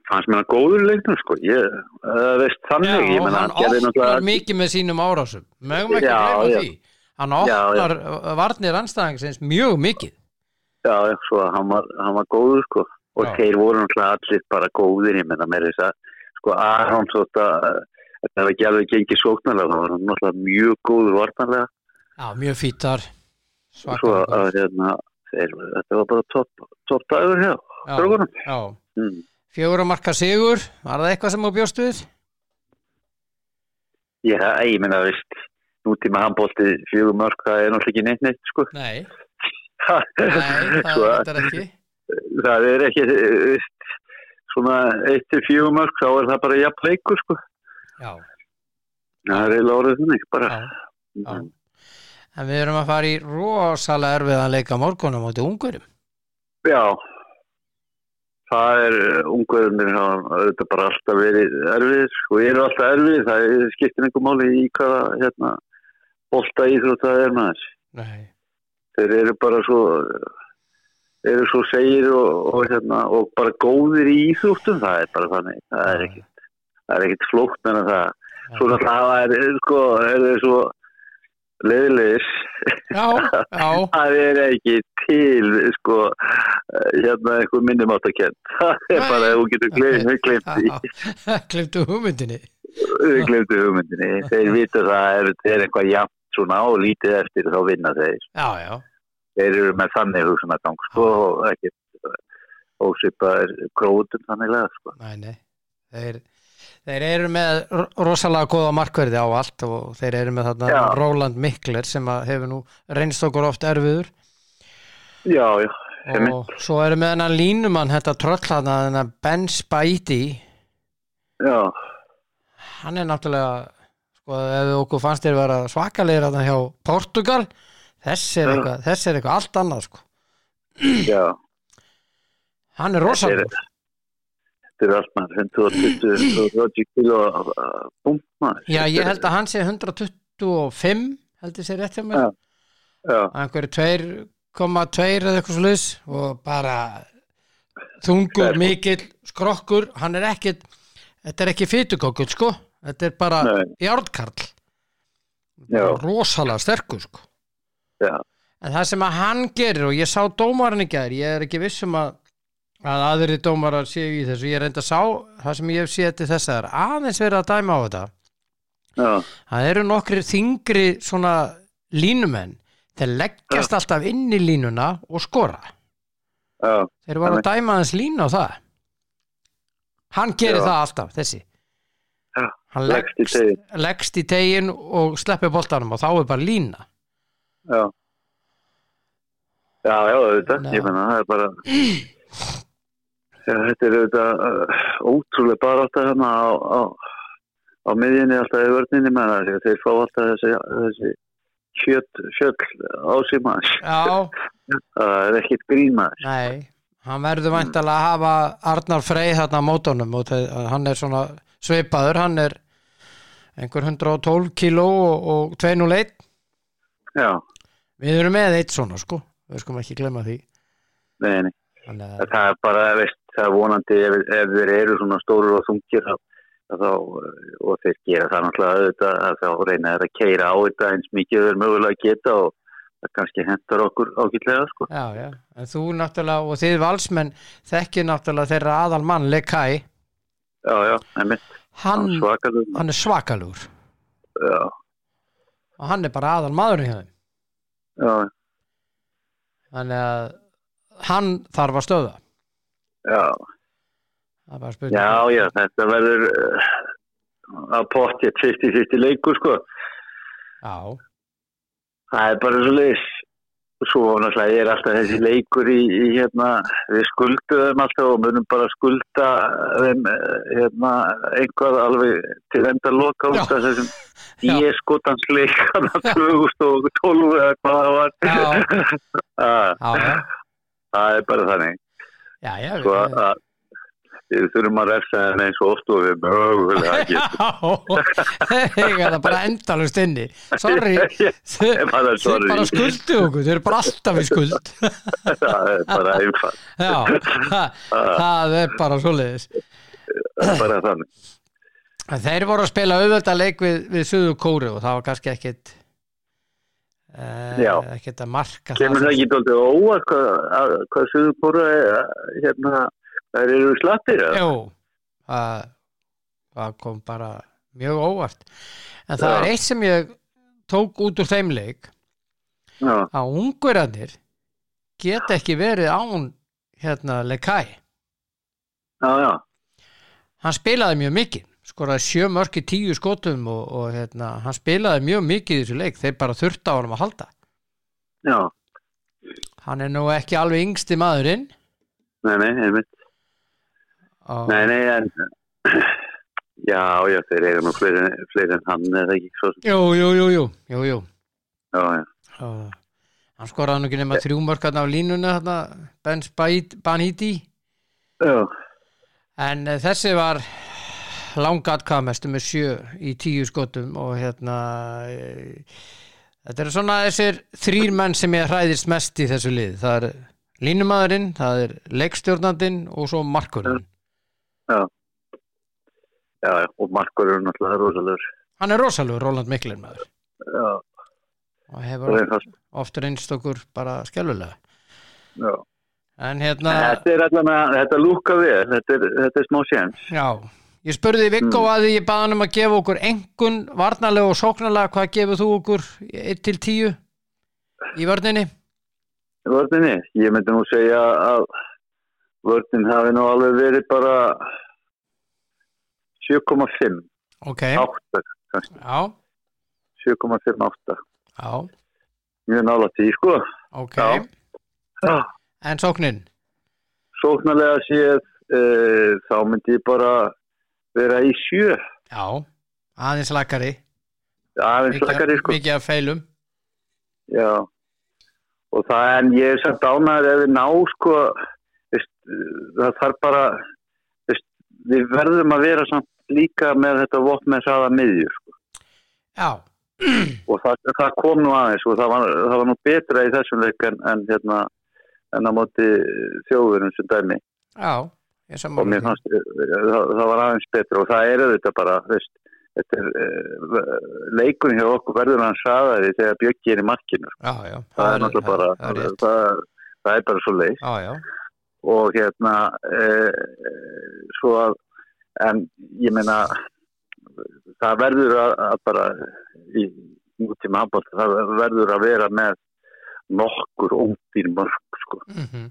fannst mér hann góður í leiknum sko ég uh, veist já, þannig ég og menna hann hann gerði opnar náttúrulega mikið með sínum árásum mögum ekki Já, að já. gleyma því hann Já, já. opnar já. varnir anstæðingsins mjög mikið já, já, svo að hann var, hann var góður sko og Já. þeir voru náttúrulega allir bara góðir ég menna með þess að sko Aron þótt að eh, þetta var ekki alveg gengið sóknarlega þá var hann náttúrulega mjög góður varnarlega já, mjög fítar svo að svakalega hérna þeir, þetta var bara topp top dagur hjá já, strákunum já. mm. fjögur að marka sigur var það eitthvað sem á bjóst við? Já, ég meina, veist, nútíma handbólti fjögur mörg, það er náttúrulega ekki neitt neitt, sko. nei, nei sko, það er ekki það er ekki, veist, svona eitt til fjögur mörg, þá er það bara jafn leikur, sko. já, Það er eiginlega orðið þannig, bara. já já. En við erum að fara í rosalega erfiðan leika morgunum átti ungurum. Já. Það er, ungverðunir hafa auðvitað bara alltaf verið erfiðir og eru alltaf erfiðir, það skiptir einhver máli í hvaða, hérna, bólta íþrótt það er maður. Nei. Þeir eru bara svo, eru svo segir og, og, hérna, og bara góðir í íþróttum það er bara þannig, það er ekkit það er ekkit flóknar en það svo náttúrulega hafa er, er, sko, er þeir svo leiðilegis já, já, það er ekki til sko eh, hérna einhver minnumáttakent það er Nei. bara, þú getur Ok. glemt því já. Glemtu hugmyndinni. við glemdu hugmyndinni þeir vita það að ef þetta er eitthvað jafnt svona og lítið eftir þá vinna þeir Já, já. þeir eru með þannig hugsunagang sko, og ekki eh, ósvipaðir krótum þannig lega sko. Nei, nei. Þeir, þeir eru með ro- rosalega góða markverði á allt og þeir eru með þarna Já. Róland Mikler sem að hefur nú reynst okkur oft erfiður já, já, og svo eru með hennan línumann þetta tröll þarna, hennan Ben Spæti já hann er náttúrulega sko ef okkur fannst þér vera svakalegir þarna hjá Portugal þessi er Já. eitthvað, þessi er eitthvað allt annað sko já, hann er Þetta er- rosalega þetta er allt maður 120, 130 kilo búmt eh, maður já ég held að hann sé 125 held ég sé rétt hjá mér Já. já, einhverju 2,2 eða eitthvað sluðis og bara þungur, Sterkur. mikill, skrokkur hann er ekkit, þetta er ekki fytukokkur sko, þetta er bara Nei. járnkarl, já, rosalega sterkur sko já, en það sem að hann gerir og ég sá dómarinn í gær, ég er ekki viss um að að aðri dómarar séu í þessu ég reynda að sá, það sem ég hef séð til þess að það er aðeins verið að dæma á þetta já, það eru nokkri þingri svona línumenn þeir leggjast alltaf inn í línuna og skora já, þeir voru að dæma hans línu á það hann gerir Já. það alltaf, þessi Já, hann leggst í teginn. leggst í tegin og sleppi boltanum og þá er bara lína já já, já, auðvitað Já. ég menna, það er bara já, þetta er auðvitað uh, ótrúlega bara alltaf hérna á, á, á miðjunni alltaf í vörninni með það, þeir fá alltaf þessi, þessi kjöt, fjöll á sig maður já, það er ekkit grín maður nei hann verður væntalega að hafa Arnar Frey þarna á mótunum og þeir, hann er svona svipaður, hann er einhver 112 kíló og, og 201 já, við erum með eitt svona sko við skum ekki glemma því nei, nei, Þannig að, það er bara veist, það er vonandi ef, ef þeir eru svona stóru og þungir þá, þá eh, og þeir gera það náttúrulega auðvitað að þá reyna þeir að keira á þetta eins mikið og þeir mögulega geta og það kannski hentar okkur ágætlega sko. já, já. en þú náttúrulega og þið valsmenn þekkir náttúrulega þeirra aðal mann Lekai, já, já, einmitt, hann, hann svakalum hann er svakalur já, og hann er bara aðal maðurinn hjá þeim já, þannig að hann þarf að stöða já, það er bara spurning já, já þetta verður eh, að potja 50-50 leikur sko Já, Það er bara svo leiðis. Svo náttúrulega er alltaf þessi leikur í, í hérna, við skulduðum alltaf og munum bara skulda þeim eh, hérna, einhvað alveg til enda loka Já. út af þessum Já. ég-skotans leikana 2012 eða hvað það var. Já. Ah, já, já, það er bara þannig. já, já, Svo að, já, að við þurfum að refsa þeim eins og oft og við mögulega já, getum. ég er það bara endalust inni, sorry, Ég þið er bara þið sorry. bara skuldu okkur, þið eru bara alltaf í skuld, Það er bara einfalt. já, Ah. það- það er bara svoleiðis. Það er bara þannig. En Þeir voru að spila auðvölda leik við, við Suðu Kóru og það var kannski ekkit Já. uh, ekkit að marka kemur það það ekki doldið óvart hvað, að- hvað suður kóra er hérna, þær eru slattir eða? Jú, það það kom bara mjög óvart en það Já. er eitt sem ég tók út úr þeim leik já, að ungurarnir geta ekki verið án hérna Lekai já, já, hann spilaði mjög mikið skoraði sjö mörki tíu skotum og, og hérna, hann spilaði mjög mikið í þessu leik þeir bara þurfti á honum að halda já, hann er nú ekki alveg yngsti maðurinn nei, nei, einmitt og, nei, nei, en já, já, þeir eru nú fleiri, fleiri en hann eða ekki, svo sem, Jú, jú, jú, jú, jú, jú. já, já, Uh, hann skoraði nú ekki nema þrjú mörk þarna af línuna þarna, Ben Spæt, Banhiti já, en uh, þessi var langatkamestu með sjö í tíu skotum og hérna eh, uh, þetta eru svona þessir þrýr menn sem ég hræðist mest í þessu lið það er línumadurinn, það er leikstjórnandinn og svo markurinn. já, já, og markur eru náttúrulega rosalegur Hann er rosalegur Róland Miklin maður já, og hefur það er það oft reynst okkur bara skellulega. já. En hérna, En þetta er allan að, þetta lúka við þetta er, þetta er smá séns já, ég spurði Viggo að því ég baði hann um að gefa okkur engun varnalega og sóknalega, hvað gefur þú okkur 1-10 í vörninni? vörninni, ég myndi nú segja að vörnin hafi nú alveg verið bara 7,5 Ok, 8, já, 7,5 8 já, mjög nála til, sko ok. Já. já En sókninn? sóknarlega séð uh, þá myndi ég bara vera í sjö Já, aðeins lakari. aðeins Mikið- lakari sko Mikið af feilum. já. og það en ég er samt ánæður ef við ná sko veist, það þarf bara veist, við verðum að vera samt líka með þetta vopn með saða miðju sko. Já, og það, það kom nú aðeins og það var, það var nú betra í þessum leik en, en hérna en á móti þjóðurum sem dæmi já, ég er og sammála mér því. fannst eh, það, það var aðeins betra og það er auðvitað bara veist, þetta er eh, leikurinn hjá okkur verður hann saðari þegar Bjöggi er í markinu sko. Já, já. það er náttúrulega bara það er það, rétt. það, er bara svo leið Já, já, og hérna e, svo að en ég meina það verður að, að bara í útíma handbólt það verður að vera með nokkur ódýr mörg sko mhm,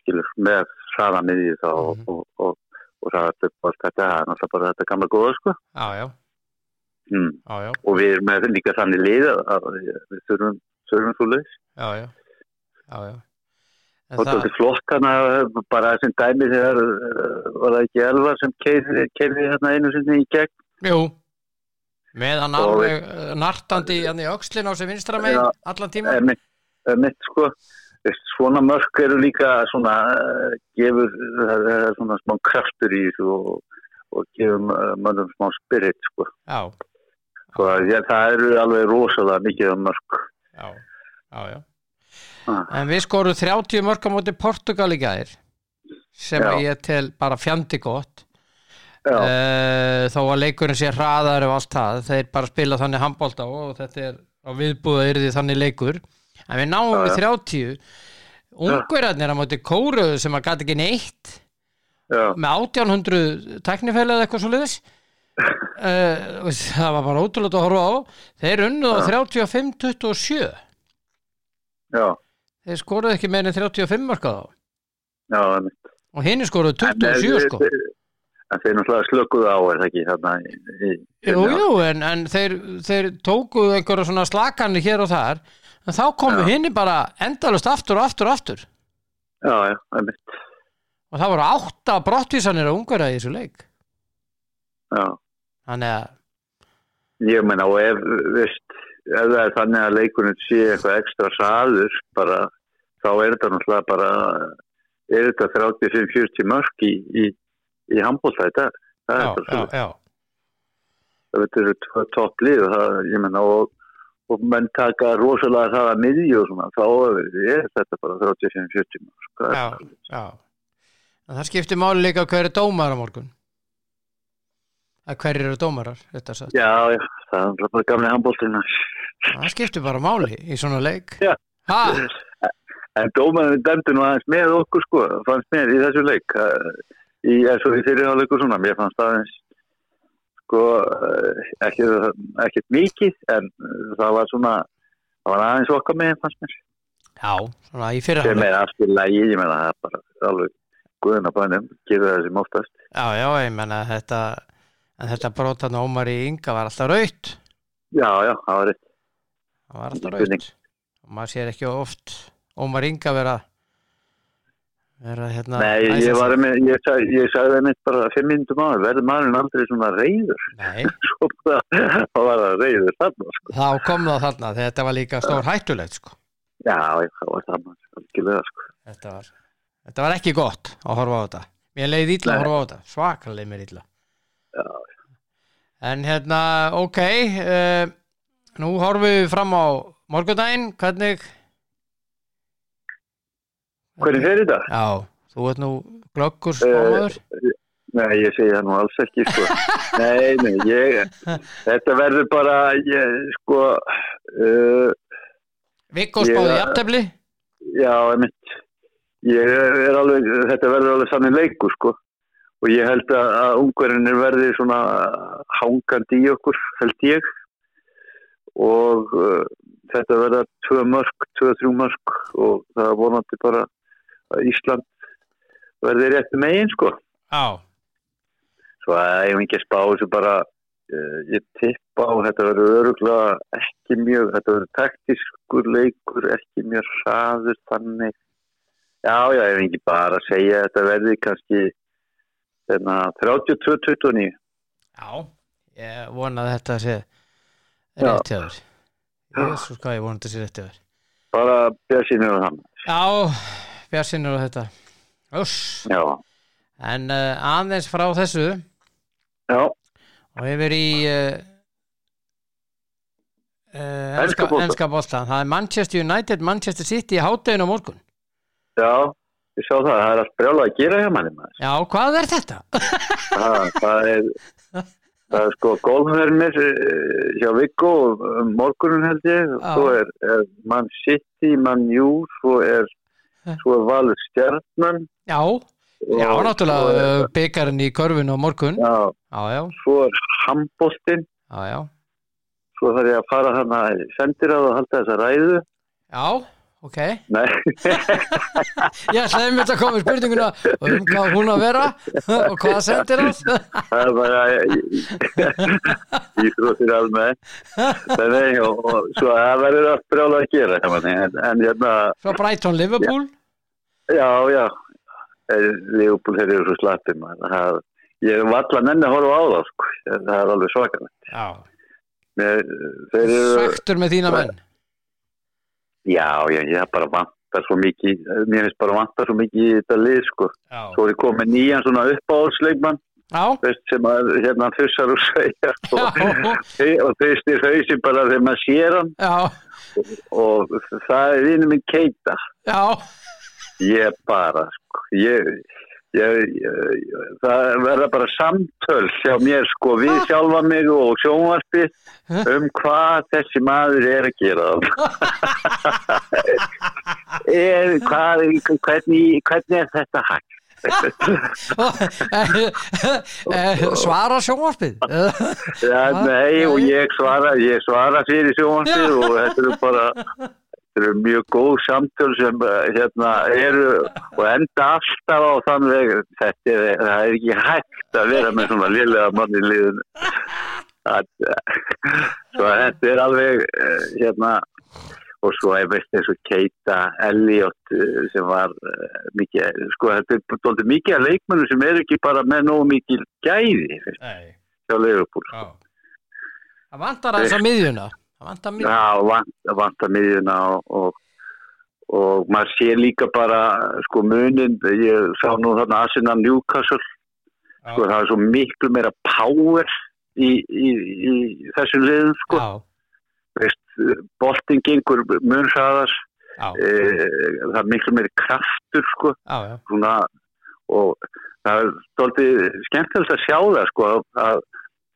skilur, með hraða miðið þá og, Mhm. og, og, og hraða upp og allt þetta, það er náttúrulega bara þetta gamla góða sko. já, já, Mm. já, já, Og við erum með líka þannig lið að- að við þurfum, þurfum svo leiðis. já, já, já, já. En Og þetta er flott hann að bara sem dæmi þegar uh, var það ekki elvar sem keirði hérna einu sinni í gegn. jú, með hann Og alveg eh, nartandi hann í öxlin á sig vinstra megin Já, Eh. allan tíma. Emitt, emitt sko. Veist, Svona mörk eru líka svona, uh, gefur það er svona smá kraftur í þessu og, og gefur uh, mönnum smá spirit sko. Já, Sko, því að það eru alveg rosalega mikið um mörg. já, já, já. Ah. En við skorum 30 mörg á móti Portugal í gæðir sem Já. að ég tel bara fjandi gott. Já, uh, þó að leikurinn sé hraðar og allt það, þeir bara spila þannig handbólta og þetta er á viðbúða yrði þannig leikur, en við náum Já, við 30 ungverðarnir á móti kóruðu sem að gæti ekki neitt já, með 1800 teknifæli eða eitthvað svo liðis það var bara ótrúlega að horfa á þeir unnuð á 35-27 já, þeir skoruðu ekki meira en 35 markað á já. einmitt. og hinn skoruðu En er- 27 sko En þeir náttúrulega slökuðu á, er það ekki þarna í... í- hérna? Jú, jú, en, en þeir, þeir tókuðu einhverja svona slakanir hér og þar en þá komu Já. hinni bara endalust aftur og aftur og aftur Já, já, einmitt, og það voru átta brottvísanir á ungverða í þessu leik já. þannig að, Ég meina, og ef, veist, ef það er þannig að leikunum sé eitthvað ekstra saður, bara, þá er þetta náttúrulega bara, er þetta 35-40 mörg í, í, í handbólta í dag. Það er já, þetta já, svo. já, Þetta eru tvö topplið og það, ég meina, og, og menn taka rosalega það að miðju og svona, þá er þetta bara 35-40 mörg. Það er já, já. En það skiptir máli líka hver er dómar á morgun að hverjir eru dómarar þetta sagt, Já, já, það er náttúrulega bara gamlega handbóltina. það skiptir bara máli í svona leik Já. ha, En dómarinn dæmdi nú aðeins með okkur sko, fannst mér í þessu leik. eh, Í, eins og í fyrirháleik og svona, mér fannst aðeins sko, eh, ekki, ekkert mikið, en eh, það var svona, það var aðeins okkar með, fannst mér. já, svona í Sem fyrirháleik er allt í lagi, ég meina, það er bara alveg guðuna bænum, gerðu það sem oftast. já, já, ég menna þetta en þetta brotan Ómar í Inga var alltaf raut Já, já, það var rétt. það var alltaf Spurning. raut og maður sér ekki oft Ómar Inga vera vera hérna Nei, æsa ég var sig. með, ég, sag, ég sagði það mitt bara fimm minnum áður, verður maðurinn aldrei svona reyður. Nei, Svo bara, það var það reyður þarna, sko. þá kom það þarna þetta var líka stór hættulegt sko Já, já, það var þarna, algjörlega, sko. þetta var, þetta var ekki gott að horfa á þetta mér leiði illa að Nei. horfa á þetta svakalega leið mér illa Já. en hérna, ok uh, nú horfum við fram á morgundaginn, hvernig Hvernig fer þetta? Já, þú ert nú Eh, glöggur spáður Nei, ég segi það nú alls ekki, sko. nei, nei, ég, þetta verður bara, ég, sko, uh, Viggo spáði ég- jafntefli já, emitt, ég er alveg, þetta verður alveg sannig leikur, sko. Og ég held að, að ungverðinir verði svona hangandi í okkur, held ég. Og uh, þetta verða tvö mörg, tvö, þrjú mörg og það er vonandi bara að Ísland verði rétt megin, sko. Já, svo að ég hef ekki að spá þessu bara uh, ég tippa á þetta verður öruglega ekki mjög þetta verður taktiskur leikur ekki mjög hraður þannig já já ég hef ekki bara að segja að þetta verði kannski hérna, þarna 32-29 já Ég vona að þetta sé Já. rétt hjá þér Jésus, hvað ég vona að þetta sé rétt hjá þér bara björn sínur á hann Já, bjarsinnur á þetta Uss. já En uh, aðeins frá þessu já og yfir í uh, uh, Enska bolta. enska bolta það er Manchester United, Manchester City í háttegin á morgun já ég sá það það er allt brjálað að gera hjá manni maður Já, hvað er þetta? það, það er Það er sko golfvermir eh, hjá Viggo um morgunum held ég, Já. svo er, er mann City, mann Jú, svo er, svo er valur stjarnan. Já, já, og svo náttúrulega er- uh, byggarinn í körfinu á morgun Já, Já, já, svo er handbóltinn, já, já svo þarf ég að fara hann að sendir að halda þessa ræðu. Já, ok Nei, Ég ætlaði mér að koma í spurninguna um hvað hún að vera og hvað sendir hans það er bara íþróttir almennt. Þannig, og, og svo það verður allt brjálega að gera, hjá manni, en, en hérna, frá Brighton Liverpool Já, já, Leopold þeir eru svo slappið maður. Það, ég er valla nenni að horfa á það, sko. það er alveg svakalegt. Já, Mér- Þeir eru, svektur með þína menn já, já, ég bara vantar svo mikið, mér finnst bara vantar svo mikið í þetta lið, sko. Já, Svo er ég komið nýjan svona uppáhaldsleikmann, já, veist, sem að hérna fussar og segja Já. og, og fyrstir hausin bara þegar maður sér hann já, og það er vinnum minn Keita. já. Ég bara, sko, ég, ég, ég, það verða bara samtöl hjá mér, sko, við sjálfa mig og sjónvarpi um hvað þessi maður er að gera. er, hvað, hvernig, hvernig er þetta hægt? svara sjónvarpið Ja, Ha? nei, og ég svara, ég svara fyrir sjónvarpið og þetta eru bara þetta eru mjög góð samtöl sem eh, hérna eru og enda alltaf á þann veg þetta er, það er ekki hægt að vera með svona liðlega mann í liðinu Að, eh, svo þetta er alveg eh, hérna og svo ég veist eins og Keita Elliot eh, sem var eh, mikið, sko þetta er dálítið mikið af leikmönnum sem er ekki bara með nógu mikið gæði finnst Nei, hjá Leifupúl já það vantar aðeins að miðjuna það vantar miðjuna Já, vant, vantar miðjuna og, og, og maður sé líka bara sko munin, ég sá nú þarna Arsenal Newcastle, sko það er svo miklu meira power í, í, í þessum liðum sko, já, boltin gengur mun hraðar, já, e, það er miklu meiri kraftur sko, já, já, svona, og það er stoltið skemmtilegt að sjá það sko, að- að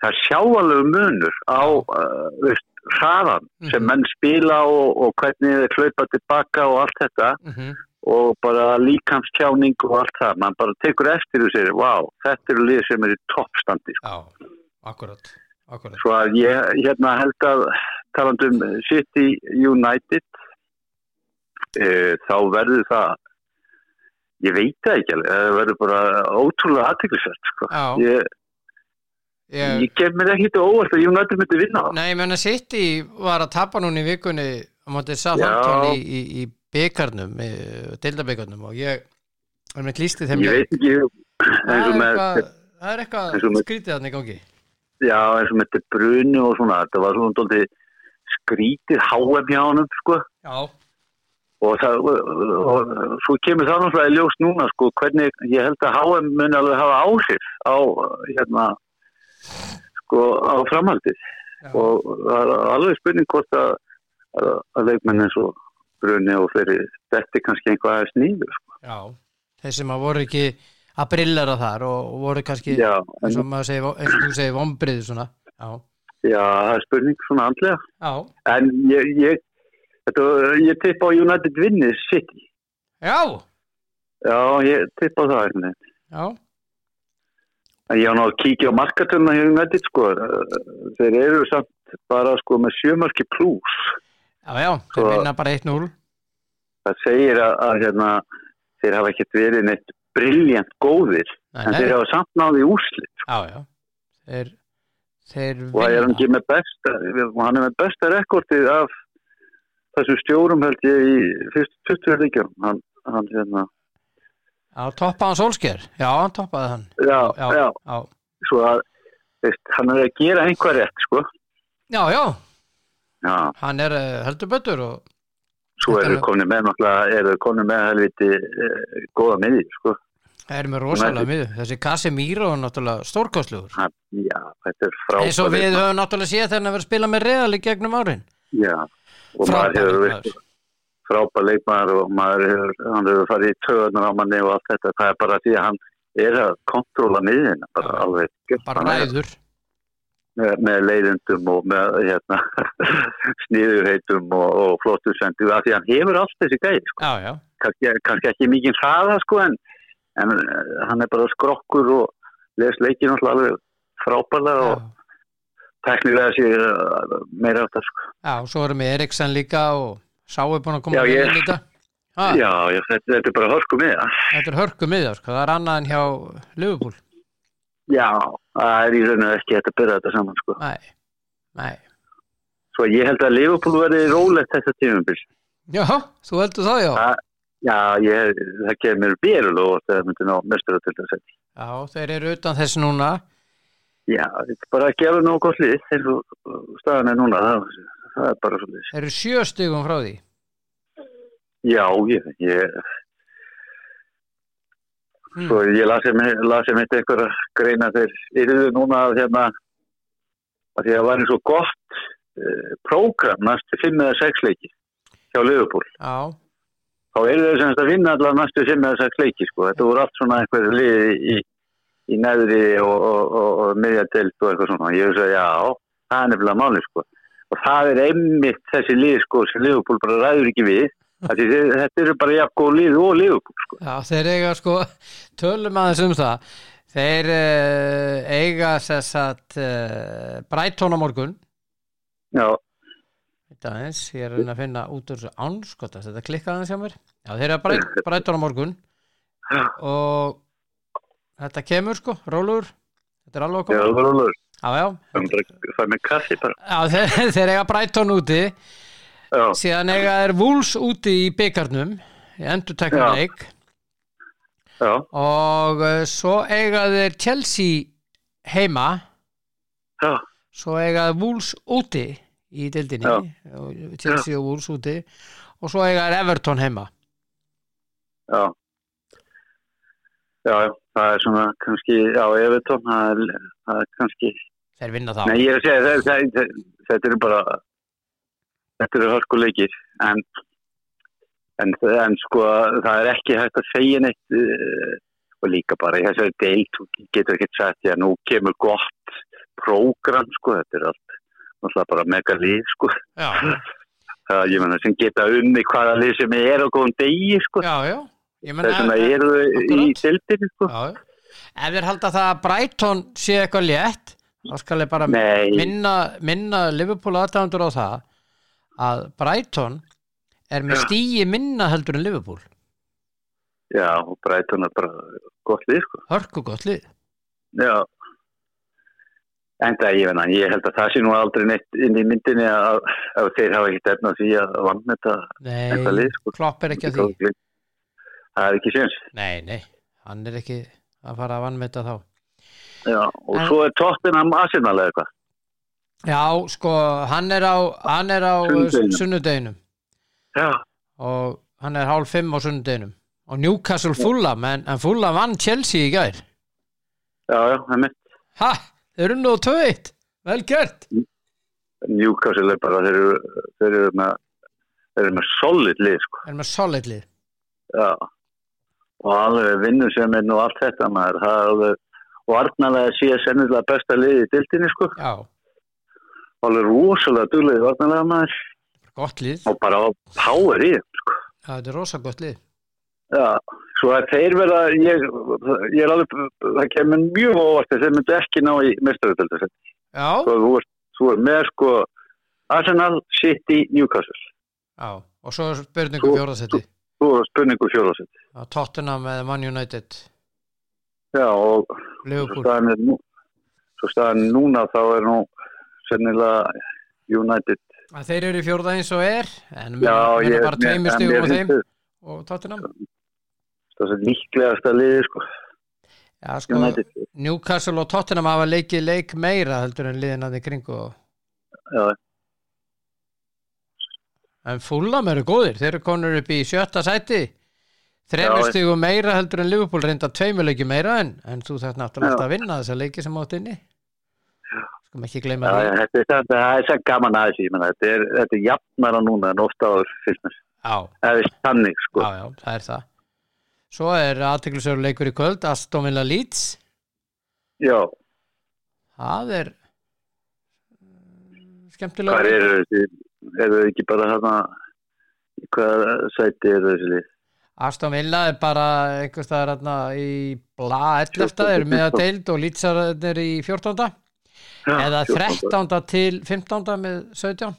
það er sjáalegu munur á, uh, veist, hraðan sem Mhm. menn spila og, og hvernig þeir hlaupa tilbaka og allt þetta Mhm. og bara líkamstjáning og allt það, mann bara tekur eftir og segir, vá, þetta eru lið sem er í toppstandi, sko. já, akkurat akkurat, svo að ég hérna held að talandum City United e, þá verður það ég veit það ekki alveg, það verður bara ótrúlega aðteglisvært, sko Já. ég, ég, ég gef mér ekki til óvart að United myndi vinna það nei, ég menna City var að tapa núna í vikunni á mótið Southampton Já. í, í, í byggarnum, deildabikarnum og ég, ég með klísti þeim ég leik. veit ekki það eins og er með eitthvað, það er eitthvað eins og með- skrítið þarna í gangi Já, eins og með þetta brunu og svona, þetta var svona dóldi skrítið háum hjá honum, sko. já, Og, það, og, og, og svo kemur það náttúrulega í ljós núna, sko, hvernig ég held að háum muni alveg hafa áhrif á, hérna, sko, á framhaldið. Já. Og það er alveg spurning hvort að, að, að leikmenn eins og bruni og fleiri þetta er kannski einhvað aðeins nýður sko. já, þeir sem að voru ekki að brillera þar og, og voru kannski já, eins en, og maður segir, eins og þú segir vombrið svona, já, já, það er spurning svona andlega já, en ég, ég, þetta, ég tippa á United vinni City já, já, ég tippa á það einhvern veginn já. En Ég á náttúrulega að kíkja á markatöluna hjá United sko, Eh, þeir eru samt bara sko með sjömarki pluss. Já, já, þeir Svo- vinna bara 1-0 Það segir að, að hérna, þeir hafa ekkert verið neitt briljant góðir, Nei, en nei, þeir hafa samt náði úrslit. Já, já Þeir, þeir Og það er hann ekki með besta, hann er með besta rekordið af þessu stjórum held ég í fyrst 20 líkjum. Hann, hann hérna, Já, toppaði hann Solskjær Já, hann toppaði hann já, já, Já, já, svo að, veist, hann er að gera einhvað rétt sko. já, já Já. hann er eh, heldur betur og Svo Þetta er eru nú- komin með náttúrulega, eru komin með helviti eh, góða miðjum sko. er með rosalega miður Þessi Casemiro er náttúrulega stórkostlegur Hann- Já, þetta er frábæri. eins og við höfum náttúrulega séð þegar hann verið að spila með reðal í gegnum árin Já, og maður hefur veist frábæri leikmaður og maður hefur, hann hefur farið í töðunar á manni og allt þetta. Það er bara því að hann er að kontróla miðjuna, bara Já. alveg. gjört. Bara Hann er ræður Með, með leiðendum og með hérna, sniðurheitum og, og flottur sendum. Því að hann hefur allt þessi gæði, sko. Já, já, kannski, kannski ekki mikið hraða sko en, en eh, hann er bara skrokkur og les leikin alltaf alveg frábælega já. og teknilega sér eh, meira aftar sko. já svo erum við Eriksson líka og Sáu er búin að koma Já, vel ég- inn líka ha, Já, já þetta, þetta er bara hörku með Þetta er hörku miður, sko. það er annað en hjá Liverpool Já, það er í rauninu ekki hægt að byrja þetta saman sko. Nei, nei Svo ég held að Liverpool verði rólegt þetta tímumbil. Já, þú heldur það, já Já. Já, ég, það gefur mér verulega og það myndi ná mestur að til þess að Já, þeir eru utan þess núna Já, þetta er bara að gefa nóg gott lið eins og uh, staðan er núna það, það er bara svolítið Þeir eru sjö stugum frá því Já, ég, ég Hmm. Svo Sko, ég lasi, lasi mitt einhverja greina þeir yfirðu núna að hérna að því að það var eins og gott uh, prógram næstu fimm eða sex leiki hjá Liverpool. Já, Þá eru þau semst að vinna allavega næstu fimm eða sex leiki sko. Þetta voru allt svona einhverju liði í, í neðri og, og, og, og miðjadelt og eitthvað svona. Ég hugsa já, það er nefnilega máli sko. Og það er einmitt þessi lið sko sem Liverpool bara ræður ekki við. Af því þið- Þetta eru bara jafn góð lið og Liverpool sko. já, þeir eiga sko tölum aðeins um það Þeir uh, eiga þess að uh, Brighton á morgun Já, Þetta aðeins, ég er að reyna að finna út úr þessu ánskota, þetta klikkaði aðeins hjá mér Já, þeir eru að Bright- Brighton á morgun og þetta kemur sko, rólur Þetta er alveg að já, koma það var alveg. Já, já, Það er bara að fæ mig kaffi bara. já þeir, þeir eiga Brighton úti Já, síðan eiga þeir Wolves úti í byggarnum í Já. endurteknuleik já, og uh, svo eiga þeir Chelsea heima já, svo eiga þeir Wolves úti í dildinni Já. og Chelsea og Wolves úti og svo eiga þeir Everton heima já. Já, já, það er svona kannski, já, ég veit það, það er- það er kannski, þeir vinna þá nei, ég er að segja, það, það, það, þetta eru bara, þetta eru hörkuleikir, en, en, en sko, það er ekki hægt að segja neitt eh, og líka bara í þessari deilt, þú getur ekkert sagt, já, nú kemur gott prógram, sko, þetta er allt, náttúrulega bara mega líf, sko. já, Það, ég menna, sem geta unni hvaða lið sem er á góðum degi, sko. já, já ég Þess menna vegna eru þau í akkurat. deildinni, sko. já, já. ef þeir halda það að Brighton sé eitthvað létt þá skal ég bara Nei, minna, minna Liverpool aðdæðandur á það að Brighton er með Já. stíi minna heldur en Liverpool já, og Brighton er bara gott lið, sko. hörku gott lið Já. En það, ég menna, ég held að það sé nú aldrei neitt inn í myndinni að, að þeir hafa ekkert efna því að vann þetta, þetta Nei, lið, sko. klopp er ekki að því Það er ekki séns. Nei, nei, hann er ekki að fara að vannmeta þá. Já, og En- svo er Tottenham Arsenal eða eitthvað. Já, sko, hann er á, hann er á Sunnudeginum. sunnudeginum Já, og hann er hálf fimm á sunnudeginum og Newcastle fulla, menn en fulla vann Chelsea í gær. já, já, það er mitt. Ha, þeir eru nú tveitt, vel gert. Newcastle er bara, þeir eru, þeir eru með erum með solid lið sko. erum með solid lið Já. og alveg vinnu sem er nú allt þetta maður það er alveg og Arnalega sé sennilega besta liði í dildinni sko, já, alveg rosalega duglegið Arnalega maður gott lið, og bara á power í þeim, sko. já, þetta er rosa gott lið Já, svo að þeir verða ég, ég er alveg það kemur mjög á óvart að þeir myndu ekki ná í mestaröldöldu já, þú ert, þú ert með sko Arsenal, City, Newcastle já, og svo er spurningu Svo- fjóraðsetti, þú er spurningu fjóðarsett Tottenham eða Man United já og svo Liverpool, staðan, er nú, svo staðan núna þá er nú sennilega United að þeir eru í fjórða eins og er en já mér ég er bara tveimur en mér stigum á þeim finnst og Tottenham, það er líklegasta liði sko já, sko United Newcastle og Tottenham hafa leikið leik meira heldur en liðin að þið kringu Já. en Fulham eru góðir þeir eru konur upp í sjötta sæti þremur Já. stígu meira heldur en Liverpool reynda tveimur leiki meira en, en þú þarf náttúrulega Já. alltaf að vinna þessa leiki sem átt inni skum ekki gleyma Já, því já, þetta er samt- það er samt gaman aðeins ég menna þetta er, þetta er jafnara núna en ofta áður finnst mér já, það er stannig sko já, já, það er það svo er aðteglisöru leikur í kvöld Aston Villa Leeds já það er mm, skemmtilega hvað eru þessi eru þau ekki bara þarna í hvaða sæti eru þessi lið Aston Villa er bara einhvers staðar hérna í bla 11. er með að deild og lýtsarðir í 14. Já, eða 14. 13. til 15. með 17.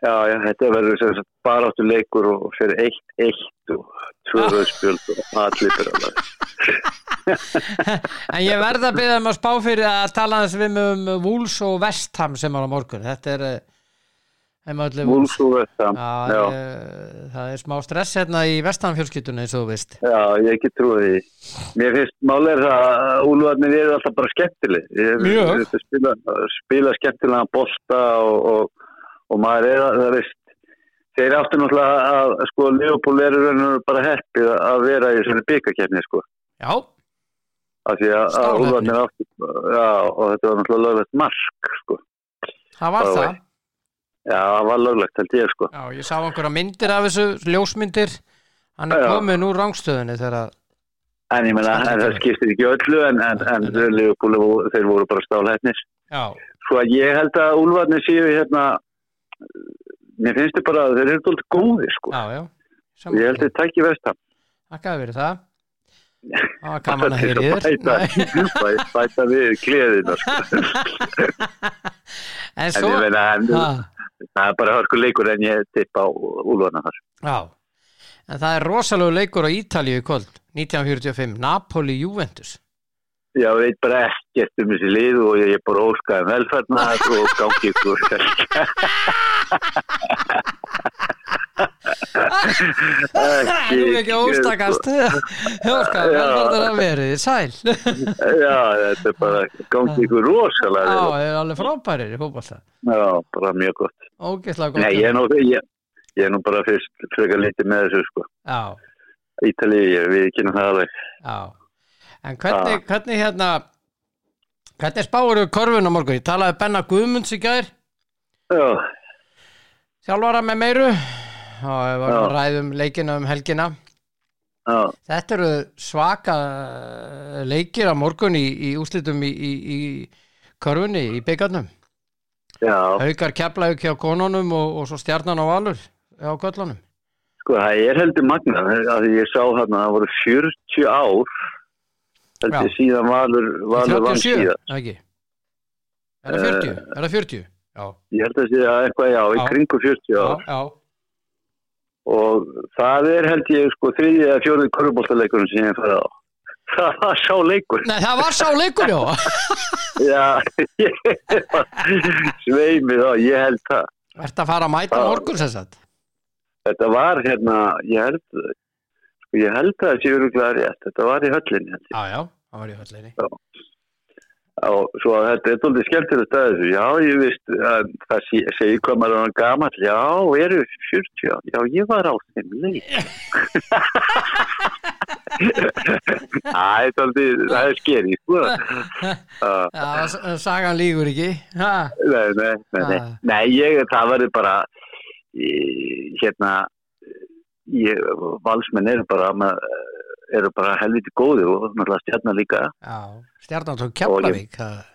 Já, já, þetta verður sem sagt baráttu leikur og fyrir eitt, eitt og tvö rauðspjöld og allir byrjaðar. En ég verð að byrja um að spá fyrir að tala þess við um Wolves og Vestham sem er á morgun. Þetta er heima öllu Múls og Vestam, Já, já, eh, það er smá stress hérna í Vestham fjölskyttunni eins og þú veist. já, ég ekki trúið því. Mér finnst málega er það að úlvarnir eru alltaf bara skemmtileg. Ég- Mjög. ég- ég Spila, spila skemmtilega bolta og, og, og maður er að, það veist, þeir áttu náttúrulega að, sko, Leopold eru raun og veru bara heppið að vera í svona byggakefni, sko. Já, Af því að, að Stálheppni. úlvarnir áttu, já, og þetta var náttúrulega lögulegt mark, sko. það var By the way. það. Já, það var löglegt, held ég, sko. Já, ég sá einhverja myndir af þessu, ljósmyndir. Hann er Já. komin úr rangstöðunni þegar að En ég meina, en það skiptir ekki öllu en, en, en þeir, Liverpool voru- þeir voru bara stálhætnis. Já, Svo að Sko, ég held að Úlfarnir séu hérna, mér finnst þið bara að þeir eru alltaf góðir sko. já, já. Ég held þið takk í vestam. Þakka þér fyrir það. Það var gaman að heyri þér. Bæta, bæ- bæta við gleðina sko. Nei, En En svo, ég meina, en, ha, það er bara hörku leikur en ég tippa á Úlfarnar þar. já, en það er rosalegu leikur á Ítalíu í kvöld, 1945, Napoli Juventus. Ég veit bara ekkert um þessi lið og ég er bara óskaðan velferðna og gangi ykkur. Það er ekki óstakast, óstakast, sko. Já. það er að verið, sæl. Já, þetta er bara gangi ykkur Já, rosalega vel. það er alveg frábærir í fótballta. Já, bara mjög gott. Ógeðslega gott. Nei, ég er nú, ég, ég er nú bara fyrst frekar lítið með þessu, sko. Já, Ítalíu, ég við kynna það alveg. já. En Ah. hvernig, hvernig hérna, hvernig spáur við korfuna morgun? Ég talaði við Benna Guðmunds í gær. Já, þjálfara með meiru og við varum Já. að ræðum leikina um helgina já, þetta eru svaka eh, leikir á morgun í, í úslitum í, í, í körfunni í byggarnum já, haukar keflaug hjá konunum og, og svo stjarnan á valur hjá göllunum sko, það er heldur magna, að ég sá hérna, það voru 40 ár, heldur Já. síðan Valur, Valur vann 37, Eh. síðan. eða ekki er það 40, er það 40 já, Ég held að sé að eitthvað, já, í Já. kringu 40 já, ár. já, Og það er held ég, sko, þriðið eða fjórið korfbóltaleikurinn sem ég hef farið á. Það var sá leikur. nei það var sá leikur já, Já, ég var sveimið á, ég held það. ert að fara að mæta á morgun sem sagt, Þetta var hérna, ég held, sko, ég held að það sé öruglega rétt, þetta var í höllinni held ég. já, já það var í höllinni Og svo að þetta er doldið skemmtilegt að þessu, já, ég veist, að það sé, segi hvað maður er hann gamall, já, eru 40, já, já, ég var á þeim leik. Æ, það er doldið, það er skeri, sko. Já. já, s- sagan lígur ekki ha, Nei, nei, nei, nei. Ah. nei ég, það verður bara í- hérna ég, valsmenn eru bara með, eru bara helviti góði og náttúrulega stjarnar líka Já, stjarnan tók Keflavík það-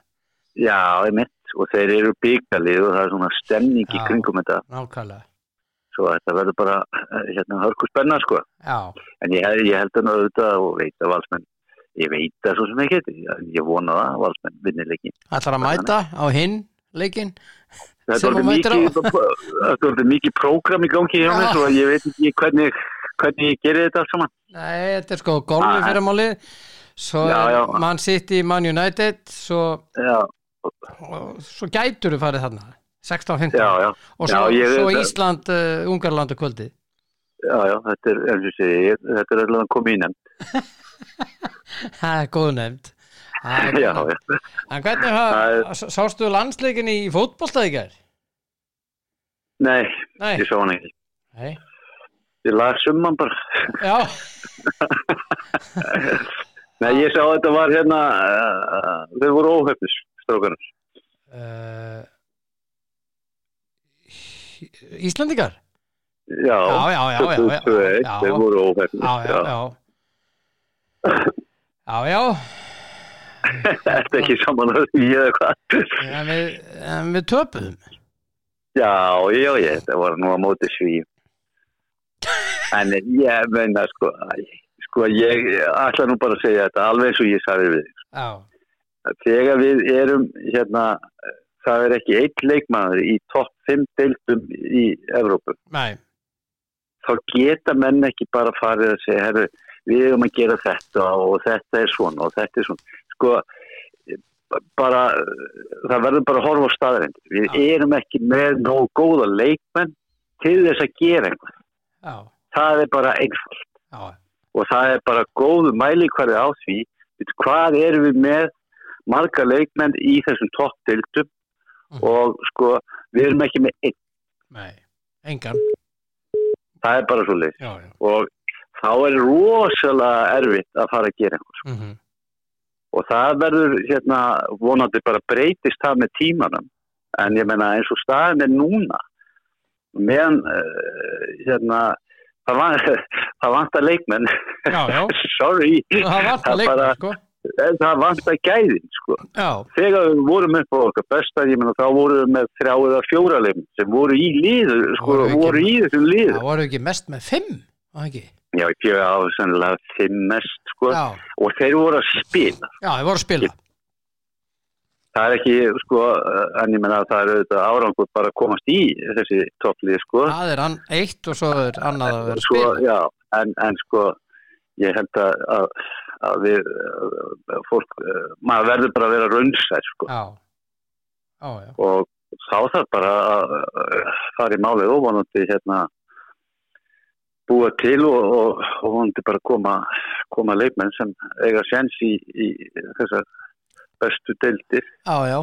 já, einmitt og þeir eru byggalið og það er svona stemning í Já. kringum þetta nákvæmlega svo að þetta verður bara eh, hérna hörku spenna sko Já, en ég, ég held hann auðvitað og veit að valsmenn ég veit það svo sem ekki ég, ég vona það að valsmenn vinnir leikin ætlar að mæta á hinn leikinn þetta Sem er orðið hún mætir á. mikið þetta er orðið mikið prógram í gangi hjá mér Já. svo að ég veit ekki hvernig hvernig ég gerir þetta allt saman Nei, þetta er sko golfi Ah. fyrir málið svo Já, já. er Man City, Man United svo, já, og- svo gætur þú farið þarna 16-15 já, já, og svo, já, ég veit svo það. Ísland, uh, Ungarland og kvöldi já, já þetta er eins og sé ég, þetta er allavega komið í nefnd Það er góð nefnd Það er já, góð nefnd. já. En hvernig haf, Það sástu landsleikin í fótbolta í gær? nei, Nei, ég sá hann ekki nei ég las um hann bara Já, nei, ég sá að þetta var hérna uh, þau voru óhefnis strókanar uh, Íslandingar? já, Já, já, já, já, já, Tvö, eitt, já. þau voru óhefnis Já, já, já Já, já þetta er ekki saman að því eða hvað En við, en við töpuðum Já, já, já, þetta var nú að móti sví. En ég meina, sko, æ, sko, ég ætla nú bara að segja þetta alveg eins og ég sagði við. þig. Já, Þegar við erum, hérna, það er ekki eitt leikmaður í topp 5 deildum í Evrópu, nei, þá geta menn ekki bara farið að segja, herru, við erum að gera þetta og þetta er svona og þetta er svona. Sko, b- bara, það verður bara að horfa á staðarind. Við erum ekki með nóg góða leikmenn til þess að gera einhver. já, það er bara einfalt já og það er bara góðu mælikvarði á því veitu, hvað erum við með marga leikmenn í þessum toppdildum Mhm. og sko við erum ekki með einn, Nei, engan það er bara svo leið Já, já og þá er rosalega erfitt að fara að gera einhvers mm og það verður hérna vonandi bara breytist það með tímanum en ég menna eins og staðin er núna meðan uh, hérna það, van, það vantar leikmenn Já, já sorry Það var það leikur, bara- sko en það vantar gæðin sko. Já, þegar við vorum upp á okkar besta ég menna þá vorum við með þrjá eða fjóra leikmenn sem voru í liðu sko, Voru ekki- voru í þessum liðu það voru ekki mest með fimm var það ekki? já, ég fjöði á sennilega fimm mest sko. Já, og þeir voru að spila já, það voru að spila það er ekki sko, en ég menna það er auðvitað árangur bara að komast í þessi topplið sko. Það er an, eitt og svo er annað að vera að sko, spila já, en, en sko ég held að, að, að við að fólk, eh, maður verður bara að vera raunsæð sko. Já, já, já og þá þarf bara að að fara í málið og vonandi hérna búa til og, og, og vonandi bara koma, koma leikmenn sem eiga sens í, í þessar bestu deildir Já, já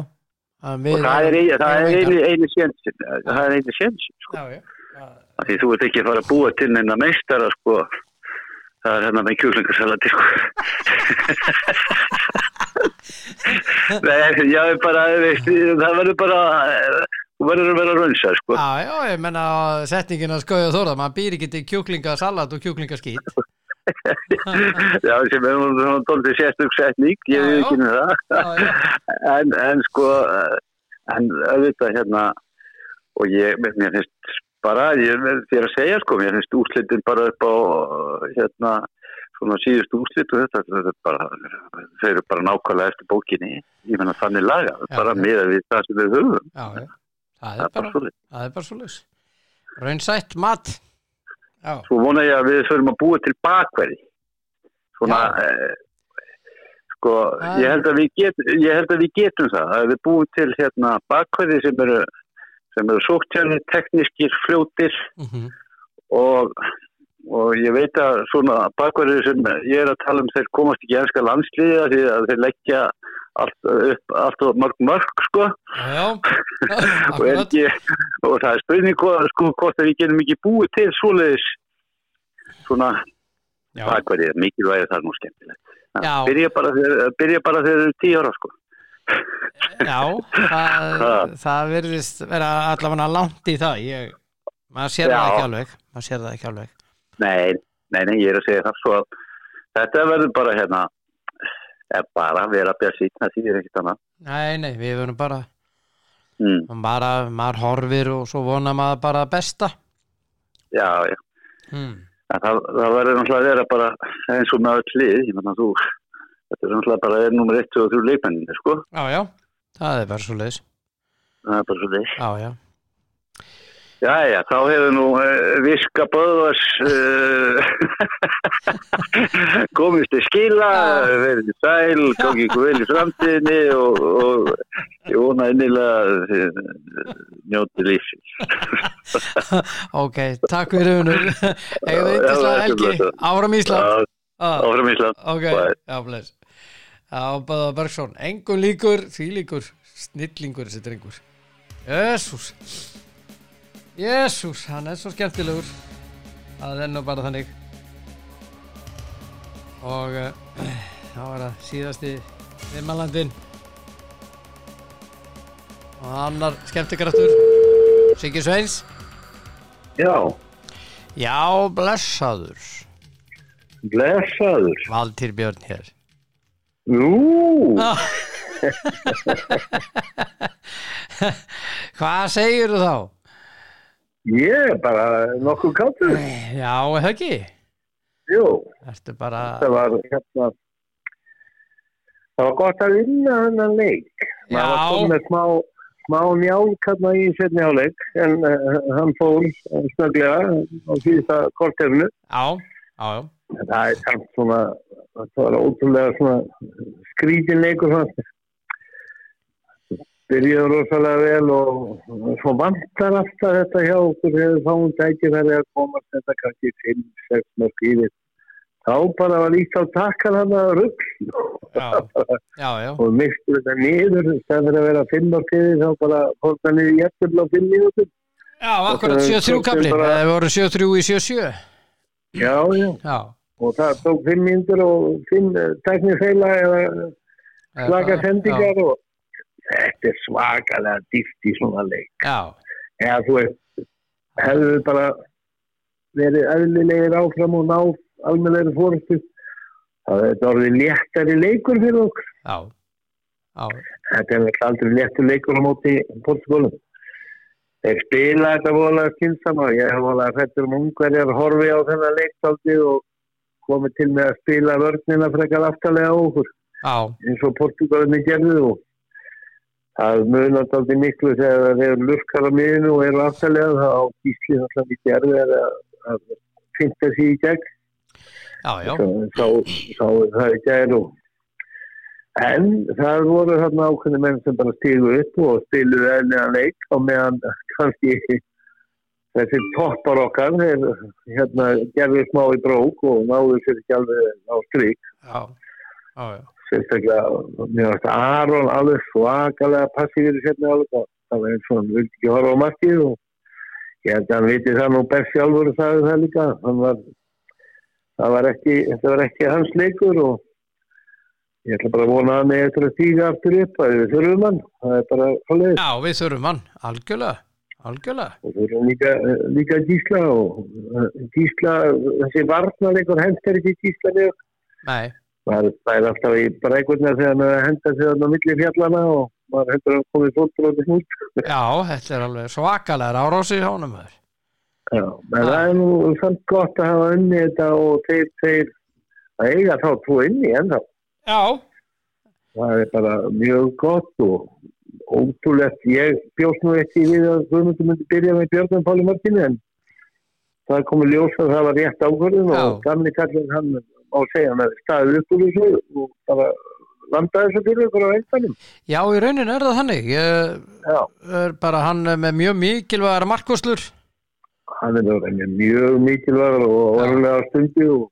En við- og það er, ein- það er við- hérna. einu, einu sjensin það er einu sjensin sko. Já, já Það- Af því þú ert ekki að fara að búa til neina meistara sko það er hérna með kjúklingasalati sko Nei, já, ég bara, veist, það verður bara þú verður að vera raunsa sko Já, já, ég menna setningin að skauða þóra maður býr ekki til kjúklingasalat og kjúklingaskýt Já, sem er nú svona doldið sérstök setning, ég Já, við já. ekki með það. Já, já, En, en sko, eh, en auðvitað hérna, og ég, mér- mér finnst bara, ég verð þér að segja sko, mér finnst úrslitin bara upp á, hérna, svona síðust úrslit og þetta, þetta er bara, þau eru bara nákvæmlega eftir bókinni, ég menna þannig laga, Já, bara já. miða við það sem við höfum, já, já Það það er er bara bara, svolítið. það er bara svo laus Raunsætt mat Já, Svo vona ég að við förum að búa til bakverði. Svona, Já. eh, sko, Það ég er- held, að við get, ég held að við getum það. Að við búum til hérna bakverði sem eru, sem eru sóktjarni, teknískir, fljótir mhm, og, og ég veit að svona bakverði sem ég er að tala um þeir komast ekki í enska landsliða því að þeir leggja allt upp, allt og mörg mörg, sko. já, já og, er Akkurat ekki, og það er spurning hvað- sko, hvort að við getum ekki búið til svoleiðis svona Já, Það er hvað er mikilvægir það er nú skemmtilegt. Það Já. Byrja bara þegar, byrja bara þegar þau eru tíu ára sko. já það, Ha. það virðist vera allavega langt í það ég maður sér það Já. ekki alveg maður sér það ekki alveg Nei, nei, nei, ég er að segja það svo að þetta verður bara hérna er bara að vera að bjá síkna því er ekkert annað. nei, nei, við verðum bara Mm, maður, maður horfir og svo vonar maður bara að besta já, já. mm. En Það, það verður náttúrulega að vera bara eins og með öll lið, ég menna þú þetta er náttúrulega bara er nummer 1 og 3 leikmenninni, sko. já, já, það er bara svo leiðis Það er bara svo leik. já, já, Já, já, þá hefur nú uh, Viska Böðvars uh, komist til skila, Já. verið í sæl, gangi ykkur vel í framtíðinni og, og ég vona innilega að þið eh, njótið lífsins. ok, takk fyrir húnur eigum við Já, yndislega já, helgi blessaður. áram Ísland Já, ah, Áfram Ísland. ok, Bye. já, bless já, Böða Bergson, engum líkur því líkur, snillingur þessi drengur Jésús Jésús, hann er svo skemmtilegur það er nú bara þannig og eh, þá er það síðasti viðmælandin og annar skemmtikraftur Siggi Sveins Já, Já, blessaður blessaður. Valtýr Björn hér Nú, Hvað segirðu þá? ég er bara nokkuð káttur. Já, eða ekki? Jú, Ertu bara, það var hérna, það var gott að vinna hennan leik. maður var já, komið með smá, smá njálk hérna í setni áleik en uh, hann fór uh, snögglega á síðasta kortefnu já, já, já, En það er samt svona það var ótrúlega svona skrítinleikur svona byrjaði rosalega vel og svo vantar alltaf þetta hjá okkur hefur fáum tækifæri að komast þetta kannski 5-6 mörg yfir þá bara var líkt á takkar hann að rugg já, já, já, og mistur þetta niður það fyrir að vera fimm orkiði þá bara fór það niður jættum á fimm mínútur já, akkurat 7-3 kaplinn, Bara- það voru 7-3 í 7-7, já, já, já. og það tók fimm mínútur og fimm teknifeila eða slaka sendingar og þetta er svakalega dýft í svona leik Já, eða þú veist, hefðu við bara verið eðlilegir áfram og náð almennlegri fórustu það er þetta orðið léttari leikur fyrir okkur já, já, þetta er ekki aldrei léttur leikur á móti Portugalum. Þeir spila þetta voðalega skynsam og ég hef voðalega hrettur um ungverjar horfi á þennan leiktáldi og komið til með að spila vörnina frekar aftalega á okkur já, eins og Portugalunni gerðu og það munast aldrei miklu þegar þeir eru lurkar á miðinu og eru aftalega þá gísli náttúrulega mikið erfið að, að finna sér í gegn já, já, sá, sá það í gæri og en það voru þarna ákveðni menn sem bara stígu upp og spiluðu eðlilega leik og meðan kannski þessi toppar okkar þeir hérna gerðu smá í brók og náðu sér ekki alveg á strík já, já, já, sérstaklega mér varst Aron alveg svakalega passífur í sérna alveg það var eins og hann vildi ekki horfa á markið og ég held að hann viti það nú best sjálfur og sagði það líka hann var, það var ekki, þetta var ekki hans leikur og ég ætla bara að vona að hann eigi eftir að stíga aftur upp að við þurfum hann það er bara hálfið já, við þurfum hann, algjörlega, algjörlega, og þú erum líka, líka gísla og eh, gísla, þessi varnar einhver hend er ekki gísla niður nei, maður stæði alltaf í bregurnar þegar hann er að henda sig þarna á milli fjallana og maður heldur að hann komið fólkbróðið út. já, þetta er alveg svakalega árási hjá honum þar, Já, en það er nú samt gott að hafa unni þetta og þeir, þeir að eiga þá tvo inni ennþá. já, Það er bara mjög gott og ótrúlegt. Ég bjóst nú ekki við að Guðmundur myndi byrja með Björnum Páli Martini en það komið ljós að það var rétt ákvörðun og Já. gamli kallin hann á segja hann að staðið upp úr þessu og bara landaði þessu fyrir ykkur á einstanum. já, í rauninu er það þannig, ég Já. er bara hann er með mjög mikilvægar markvöslur, hann er bara mjög mikilvægur og Já. orðlega á stundu og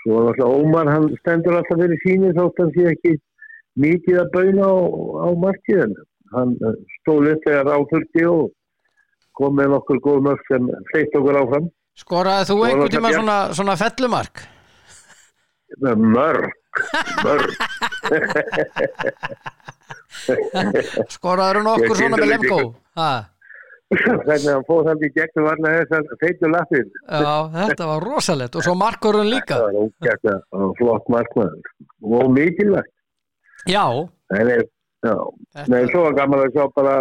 svo var alltaf Ómar, hann stendur alltaf fyrir síni þótt hann sé ekki mikið að bauna á, á markiðin hann eh, stóð upp þegar á 40 og kom með nokkur góð mörg sem fleitt okkur áfram skoraði þú Skoraði einhvern tíma Björn. svona, svona fellumark? Eh, mörg, mörg Skoraður hún Ég okkur svona sýndi með líka Lemko? Ha, Þannig að hann fóð þannig í gegnum varna þessar feitur lappin. Já, þetta var rosalegt og svo markurinn líka. Það var ógætt að flott markmaður. Og mikilvægt. Já, Það er, já. Nei, þetta, svo var gaman að sjá bara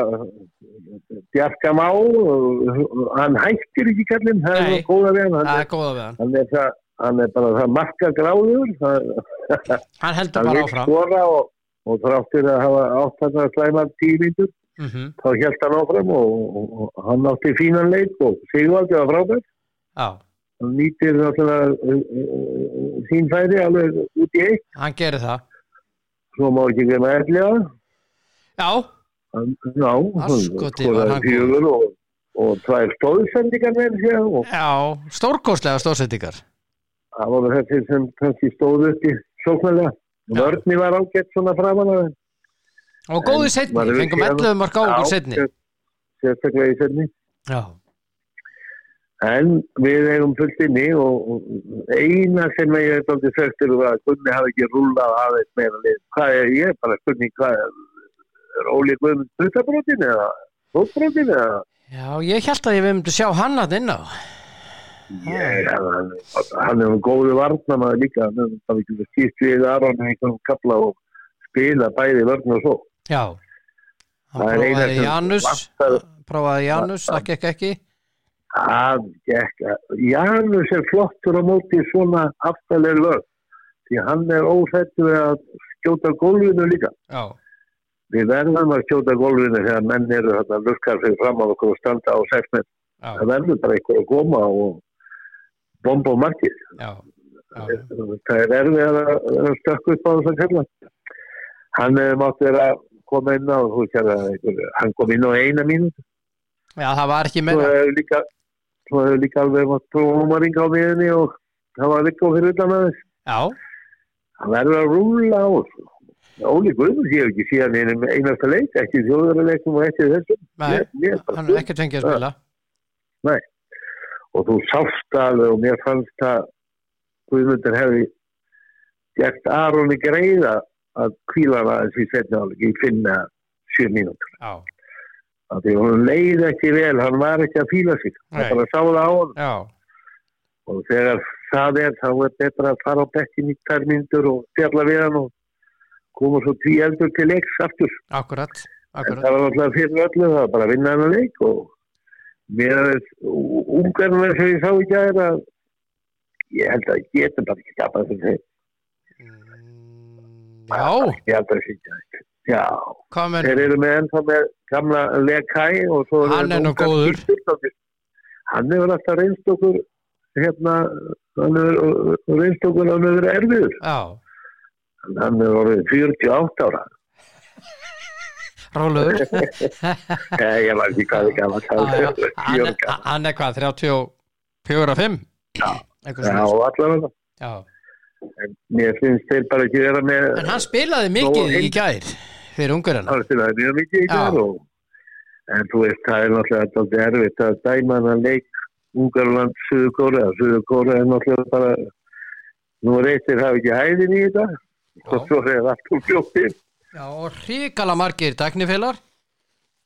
Bjarka Má, og hann hættir ekki kallinn, það er Nei. nú góða við hann. það Hann er, er góða við hann. hann er, það, hann er bara það marka gráður, það, Hann heldur hann bara vil áfram. skora og, og þráttir að hafa áttan að slæma tímindur, Mm þá held hann áfram og, og, og hann átti fínan leik og Sigvaldi var frábært. Já, Hann nýtir náttúrulega uh, uh, sín færi alveg út í eitt, hann gerir það. svo má ekki gema erlega. Já, Hann- Já, hann Asskoti var skoraði hann fjögur og, og tvær stóðsendingar með sér og já, stórkostlega stórsendingar. það var þessi sem kannski stóðu upp í sóknarlega. Já. Vörni var ágætt svona framan að Og góði En setni, maður hefur fengum séð- 11 mark á okkur setni. sér- Sérstaklega í setni. Já, En við eigum fullt inni og og eina sem ég er aldrei sögtur var að Gunni hafi ekki rúlað aðeins meira lið. Hvað er ég? Bara Gunni, hvað er, er Óli Guðmund Brutabrútin eða Fótbrútin eða? já, ég held að ég við myndum sjá hann að inn á. Ég, hann, hann er um góðu varnamaður líka. Hann er bara ekki skýst við Aron í einhverjum kapla og spila bæði vörn og svo. Já, hann Það er eina prófaði sem Janus, vantar- prófaði Janus, það gekk ekki. Það gekk að Janus er flottur á móti svona aftalegri vörn. Því hann er ósættu við að skjóta gólfinu líka. Já, Við verðum að skjóta gólfinu þegar menn eru þarna lukkar fyrir fram á okkur og standa á sex menn. já, Það verður bara eitthvað að koma og bomba á markið. já, já, Það er erfið að, að stökku upp á þess að kalla. Hann eh, mátti vera að koma inn á, þú veist, að einhver- hann kom inn á eina mínúti. já, það var ekki Svo meira. hefur líka, svo hefur líka alveg mátt prófum að ringa á miðinni og það var líka á fyrir utan aðeins. Já, Hann verður að rúla á þessu. Óli Guðmunds, ég hef ekki síðan einum einasta leik, ekki þjóðurleikum og ekki þessum. nei, Mér- mér bara- hann er ekkert fengið að spila. og þú sást alveg og mér fannst að Guðmundur hefði gert Aroni greiða að kvíla hann aðeins í setni áleik í finna sjö mínútur. Já, Af Því hún leiði ekki vel, hann var ekki að fíla sig. Nei. Það bara sá það á hann já, og þegar það er þá er betra að fara á bekkin í tvær mínútur og fjalla við hann og koma svo tví eldur til leiks aftur. akkurat, En akkurat. það var náttúrulega fyrir öllu, það var bara að vinna hennar leik og mér er ungarnum eins og ég sá í gæðir að ég held að ég getum bara ekki skapað fyrir þeim. Mm, Já, Ég held að það sé Já, hvað menn, þeir eru með ennþá með gamla Lekai og svo Hann er nú ungar góður. skýrstur. Hann hefur alltaf reynst okkur hérna, hann hefur reynst okkur hann hefur verið erfiður. já, Hann hefur orðið 48 ára. Róluður, Nei, ég var ekki hvað ekki að um. Já, já. það. hann er- hann er hvað, 34 og 5? Já, Já, allavega. já. Mér finnst þeir bara ekki vera með En hann spilaði mikið Nú, í gær fyrir ungurina. hann spilaði mjög mikið í Já. dag og en þú veist, það er náttúrulega dálítið erfitt að dæma hann að leik Ungarland, Suður Kóra Suður Kóra er náttúrulega bara nú reytir hafa ekki hæðin í þetta og svo er allt úr fjóttir Já, og hrikala margir teknifélar.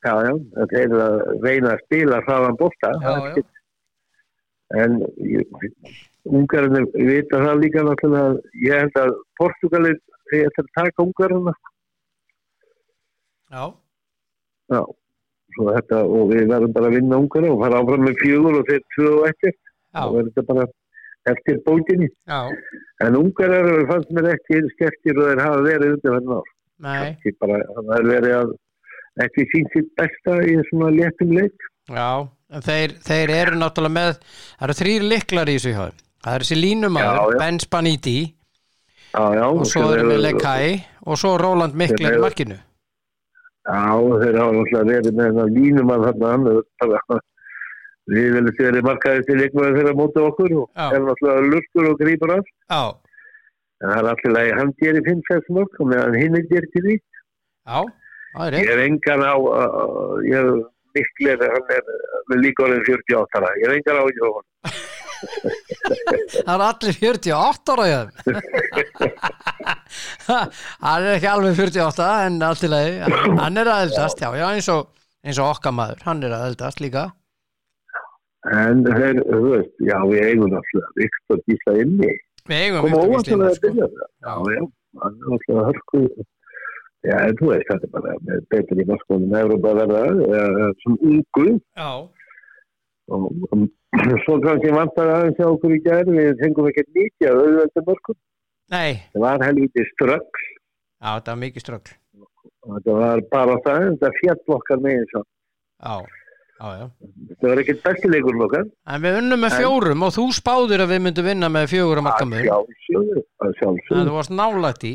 já, já, en þeir eru að reyna að spila hraðan bósta Já, já, en Ungarinn vita það líka náttúrulega að ég held að Portugalið þeir eftir að taka Ungarinn já, Já, svo þetta, og við verðum bara að vinna ungar og fara áfram með fjögur og þeir tvö og eftir. já, Og verður þetta bara eftir bókinni. já, En ungar eru, fannst mér ekki eins skeftir og þeir hafa verið undir hvernig ár. nei, Ekki bara, það er verið að ekki sínt sitt besta í svona léttum leik. já, en þeir, þeir eru náttúrulega með, það eru þrýr liklar í þessu hjá þeim. Það eru þessi Já, línumæður, já. Ben Spaniti Já, já. og svo þeir eru eru- við Lekai og svo Róland Miklar í eru- markinu. Já, þeir hafa náttúrulega verið með þennan línum að þarna hann. bara- Við viljum þeirri markaðið til leikmaður þeirra móta okkur og Já. er náttúrulega lurkur og grýpar að. Já, En það er alltaf að hann gerir fimm þessum okkur meðan hinn er gerir til því. já, það er Ég rétt. er engan á, uh, ég er miklir, hann er með líka orðin 48 ára, ég er engan á ekki á hann. Það er allir 48 ára í þeim. Hann er ekki alveg 48 en allt í lagi. Hann er að eldast, já, já, eins og eins og okkar maður, hann er að eldast líka En þeir, þú veist, já við eigum alltaf Viktor Gísla inni. við eigum Kom Viktor óvart Gísla að inni, það sko. byrja það. Já, já, hann er alltaf hörku. Já, en þú veist, þetta er bara með betri í Moskvónum Európa verða eh, sem ungu já, og um, svo kannski vantar aðeins hjá okkur í gæri, við fengum ekkert mikið að auðvölda Moskvónum. nei, Það var helviti strögg, já, það var mikið ströggl þetta var bara það, þetta fjall okkar með eins og. já, já, já Þetta var ekkert bestileikur okkar. en við unnum með En- fjórum og þú spáðir að við myndum vinna með fjórum markamöður Að sjálfsögðu, að þannig að sjálfsögðu. þú varst nálægt í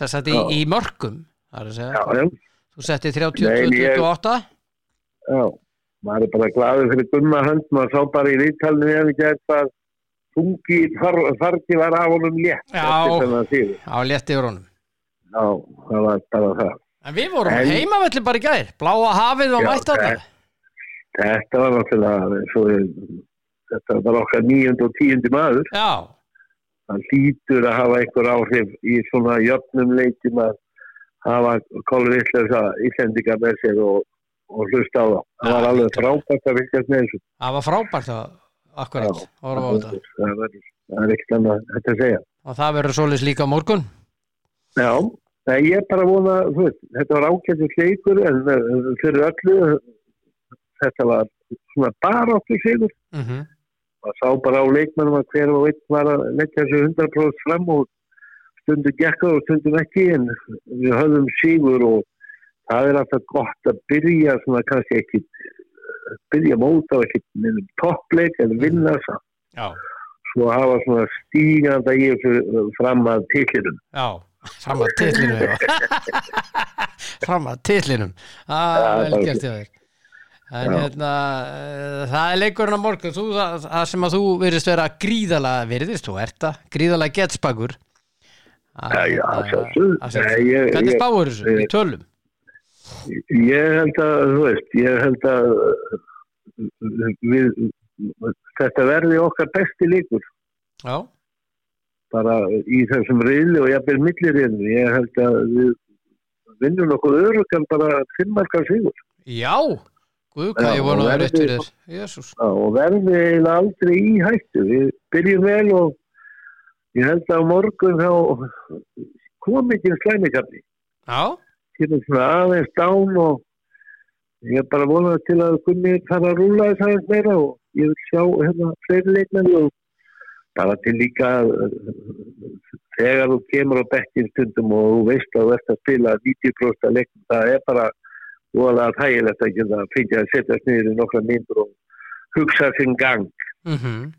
sem sagt í, Já. í mörgum það er að Já, segja, já, þú setti Nei, en ég- 30-28 Já, maður er bara glaður fyrir Gumma hönd, maður sá bara í viðtalinu við hann í gæð hvað þungi far, fargi var af honum létt. Já. eftir þennan sigur. á létti yfir honum Já, það var bara það. en við vorum En- en... heimavelli bara í gær bláa hafið var Já, mætt að það- Þetta var náttúrulega, svo, þetta var okkar níund og tíundi maður. já, Það lítur að hafa einhver áhrif í svona jöfnum leikjum að hafa kolvillega íslendinga með sér og, og hlusta á það. Það var Já, alveg lítur. frábært að virkast með þessu. það var frábært að akkurat, horfa á það, þetta var- það er ekkert annað þetta að segja. og það verður svoleiðis líka á morgun Já, nei, ég er bara að vona, þú veist, þetta var ágætið leikur en eh, fyrir öllu þetta var svona bara okkur sigur. mm -hmm. Það sá bara á leikmannum að hver og einn var að leggja þessu 100% fram og stundum gekka og stundum ekki en við höfðum sigur og það er alltaf gott að byrja svona kannski ekki byrja mót á ekki minnum toppleik en vinna það. já, Svo hafa svona stíganda í þessu uh, fram að tillinum. já, fram að titlinum já. fram að titlinum það Já, er vel bara- gert hjá þér en Já. hérna eh, það er leikurinn á morgun þú, það, það sem að þú virðist vera gríðalega virðist, þú ert það, gríðalega getspakur Já, Ah, já, að sjálfsögðu. Nei, ég- hvernig ég- spáur þessu, í ég- tölum Ég held að, þú veist, ég held að uh, við, þetta verði okkar besti líkur já, bara í þessum reyli og jafnvel millirreyli. Ég held að við vinnum okkur örugan bara fimmmarkar sigur já Guð, Já, hvað ég vona og að vera eftir verður- þér Jésús, Já, og verði eiginlega aldrei í hættu. Við byrjum vel og ég held að á morgun þá kom ekki slæmikafni. já, Ég er svona aðeins dán og ég er bara vonað til að Gunni fara að rúla þess aðeins meira og ég vil sjá hérna fleiri leikmenni og bara til líka uh, þegar þú kemur á bekkin stundum og þú veist að þú ert að spila 90% af leikmenn, það er bara voðalega þægilegt að geta að fengja að setja sniður í nokkra myndur og hugsa sinn gang, mhm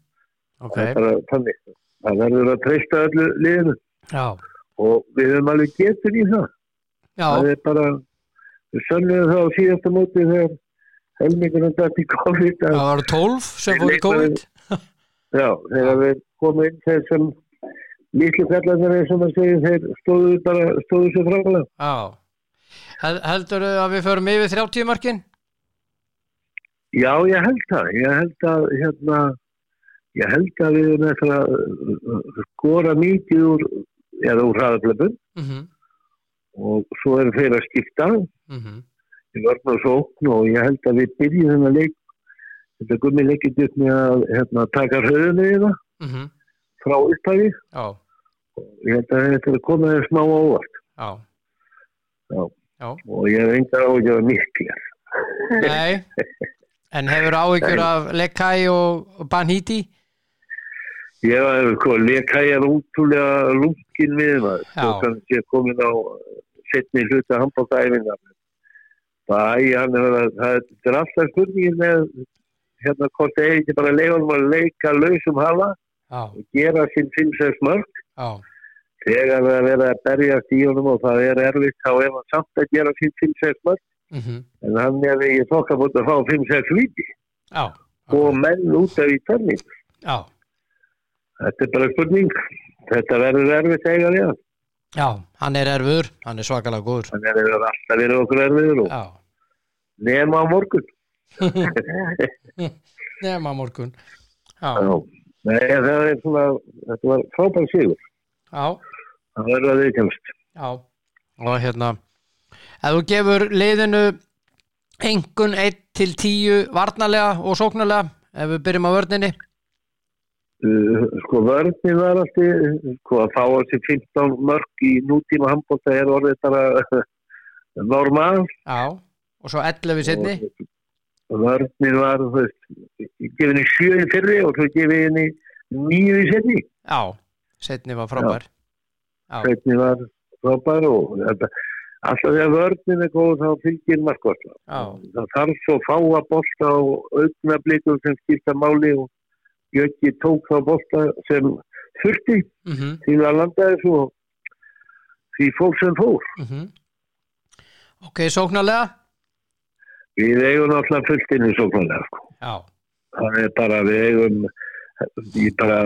ok, það er bara þannig það verður að treysta öllu liðinu já og við höfum alveg getur í það Já, það er bara við sönnum það á síðasta móti þegar helmingunum dætt í COVID að, það var 12 sem fór í COVID já, þegar við komum inn þeir sem litlu kallarnir eins og maður segir þeir stóðu bara, stóðu sér frálega Já Heldur þau að við förum yfir 30 markin? já, ég held það, ég held að hérna, ég held að við erum eftir að uh, skora mikið úr, eða úr hraðaflöfum Mhm, og svo eru þeir að skipta mhm í vörn og sókn og ég held að við byrjum þennan leik þetta gummi leikit upp með að hérna, taka hröðunni í það mhm, frá upphæði Já, ég held að þetta er að koma þér smá á óvart já og ég hef engar áhugjað miklu Nei En hefur áhyggjur af Lekai og Banhiti? ég var sko, eitthvað lekæjar útúlega lungin við maður Já. og kannski er komin á setni hluta handbóttæfingar Æ, hann er að, það er- þetta er alltaf spurningin með hérna hvort það er ekki bara leifunum að leika lausum hafa Já, og gera sinn 5-6 mörg já, þegar það er verið að berjast í honum og það er erfitt þá er hann samt að gera sinn 5-6 mörg mhm en hann er í þokkabótt að fá 5-6 viti Já, og menn út af í törning. já, Þetta er bara spurning. Þetta verður erfitt eiginlega. já Hann er erfur, hann er svakalega góður Þannig að það verður alltaf verið okkur erfiður og Já, nema á morgun. nema morgun Já. Já, Nei, það er svona, þetta var frábæð sigur. já, Það verður að viðkjast. já Og hérna Ef þú gefur liðinu engun 1 til 10 varnalega og sóknulega ef við byrjum á vörninni Uh, sko vörðin var alltaf sko að fá þessi 15 mörg í nútíma handbóta er orðið bara normal já, og svo 11 sinni vörðin var þú veist gefið henni sjö í fyrri og svo gefið henni nýju í setni já, setni var frábær já, setni var frábær og þetta alltaf þegar vörðin er góð þá fylgir markvarsla já, það þarf svo fáa bolta og augnablikum sem skipta máli og Jökki tók þá bolta sem þurfti mhm til að landa þessu og því fólk sem fór. mhm. ok, sóknulega Við eigum náttúrulega fullt inn í sóknarlega. Sko. já, Það er bara, við eigum, ég, bara,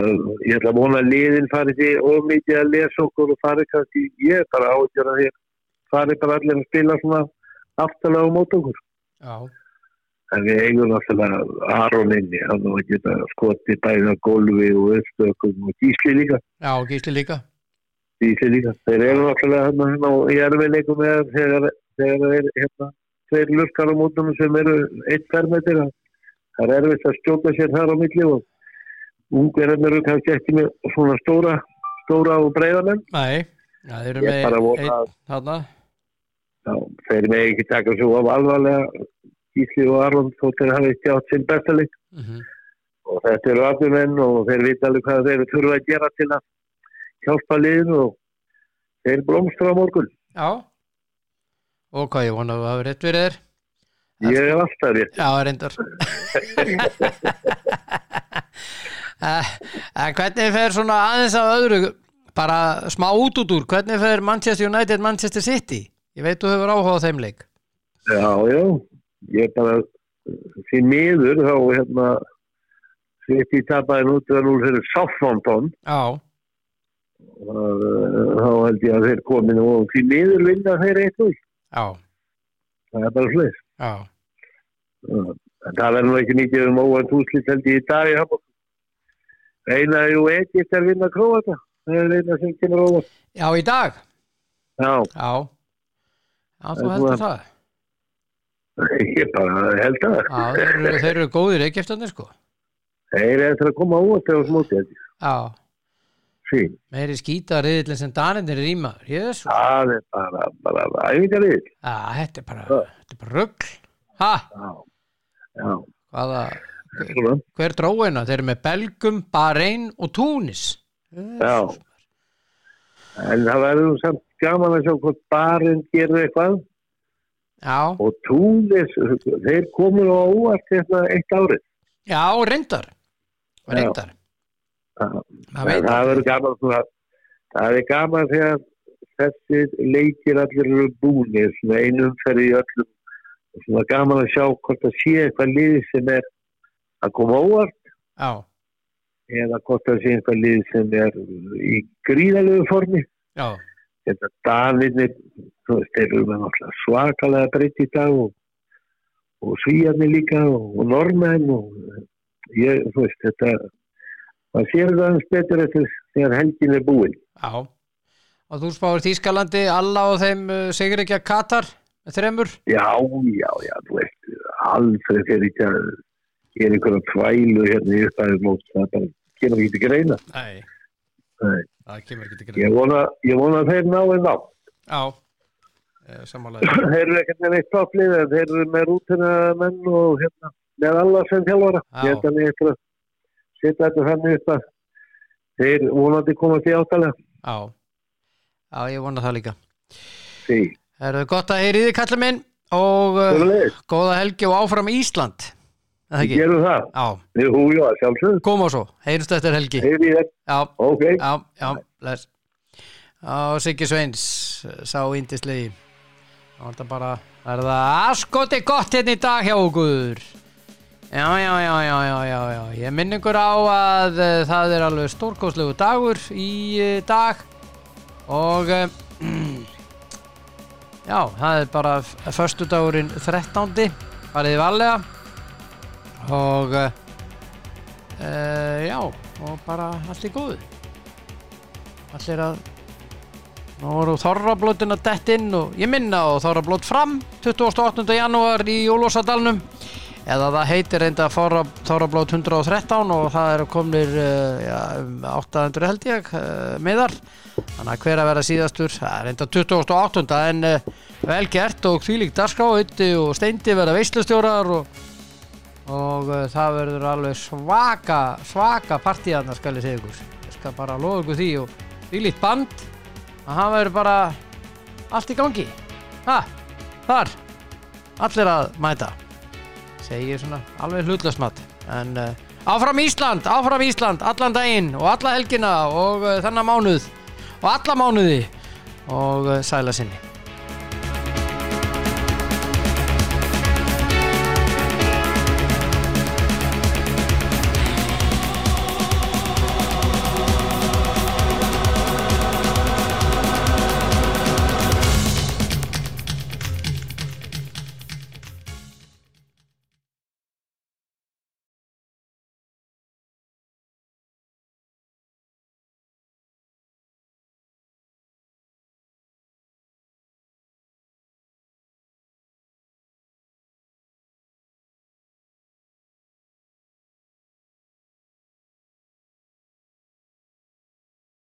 ég ætla að vona að liðin fari því ómikið að lesa okkur og fari kannski, ég er bara áhugjör að því fari bara allir að spila svona aftalega á mót okkur. já, En við eigum náttúrulega Aron inni, hann var að geta skoti bæða gólfi og östökum og gísli líka. já, gísli líka Gísli líka. Þeir eru náttúrulega hann hérna og ég er með leikum með þeir þegar, þegar þeir eru hérna tveir lurkar á mótunum sem eru eitt fermetir. Það er erfitt að stjóka sér þar á milli og ungverðin eru kannski ekki með svona stóra, stóra og breyðanenn. nei, já, þeir eru Ég með bara vona einn að- þarna Þeir með ekki taka svo af alvarlega Gísli og Aron þó þeir hafi ekki átt sinn besta leik. mhm, og þetta eru aðumenn og þeir vita alveg hvað þeir þurfa að gera til að hjálpa liðinu og þeir blómstra á morgun. já ok, ég vona að það hafi rétt fyrir þér Ég er alltaf þér. Já, reyndar Eh, En hvernig fer svona aðeins af öðru bara smá út út úr, hvernig fer Manchester United Manchester City? Ég veit þú hefur áhuga á þeim leik Já, já. Ég er bara því miður þá hérna sitt í tapaðin út að núl fyrir Southampton Já, og uh, þá held ég að þeir komin og því miður vinna þeir eitt úr. já, Það er bara slið. já Það verður nú ekki mikið um óvænt úslit held ég í dag í hafnum. Eina jú ekkert er vinna króata. Það er eina sem kemur óvænt. Já, í dag? Já, Já Já, En þú þú heldur ert- það ég bara held að Já, þeir eru, þeir eru góðir ekkiftarnir sko þeir eru eftir að koma út eða smúti Já, sí, meiri skítariðillin sem Danindin er ímaður Jésu, það er bara, bara æfingarið já, þetta er bara þetta er bara rugl Ha, já, já, hvaða, svona hver dróina? Þeir eru með Belgum, Bahrein og Túnis já en það verður nú samt gaman að sjá hvort barinn gerir eitthvað Já, og túnis, þeir komur á óvart þetta eitt árið já, reyndar Já. reyndar Já. það en veit það verður gaman svona, það er gaman þegar þessi leikir allir eru búinir svona einum fyrir í öllum og svona gaman að sjá hvort það sé eitthvað liði sem er að koma á óvart já, eða hvort það sé einhver lið sem er í gríðalegu formi. já, Þetta Davinir, þú veist, þeir eru með náttúrulega svakalega breytt í dag og, og svíjarnir líka og, og normenn og ég, þú veist, þetta, maður sér það aðeins betur eftir þegar helgin er búin. já og þú spáir Þískalandi alla og þeim uh, sigur ekki að Katar með þremur Já, já, já, þú veist, aldrei fyrir ekki að gera einhverja tvælu hérna í uppæðu mót, það bara kemur ekki til greina. nei, Nei. það kemur ekki til greina Ég vona, ég vona að þeir náðu nátt. já, eh, sammálaður þeir eru ekkert með neitt topplið en þeir eru með rútina menn og hérna, með alla sem þjálfara Já. ég held að mér eftir að setja þetta þannig upp að þeir vonandi komast í áttalega já, já, ég vona það líka sí, það eru gott að heyri þið kallið minn og það uh, er leið, góða helgi og áfram Ísland Er það við ekki, gerum það já, við hújum að sjálfsög koma svo heyrjumst eftir helgi, heyri ég, já ok já, já, bless á Siggi Sveins sá indislegi þá er það bara, það er það askoti gott hérna í dag hjá okkur já, já, já, já, já, já, já ég minn ykkur á að eh, það er alveg stórkóslegu dagur í eh, dag og eh, já, það er bara förstu dagurinn 13. fariði varlega og eh, uh, já, og bara allt í góðu allir að Nú voru Þorrablótin að dett inn og ég minna á Þorrablót fram 28. janúar í Jólósadalnum eða það heitir reynda Þorrablót 113 og það eru komnir eh, já, um 800 held ég eh, miðar þannig að hver að vera síðastur það er reynda 28. en eh, vel gert og þvílík dagskáuti og steindi verða veislustjórar og, og eh, það verður alveg svaka svaka partíðarna skal ég segja ykkur ég skal bara lofa ykkur því og þvílíkt band að hann verður bara allt í gangi ha, þar allir að mæta segir svona alveg hlutlasmat en uh, áfram Ísland, áfram Ísland allan daginn og eh, alla helgina og uh, þennan mánuð og alla mánuði og uh, sæla sinni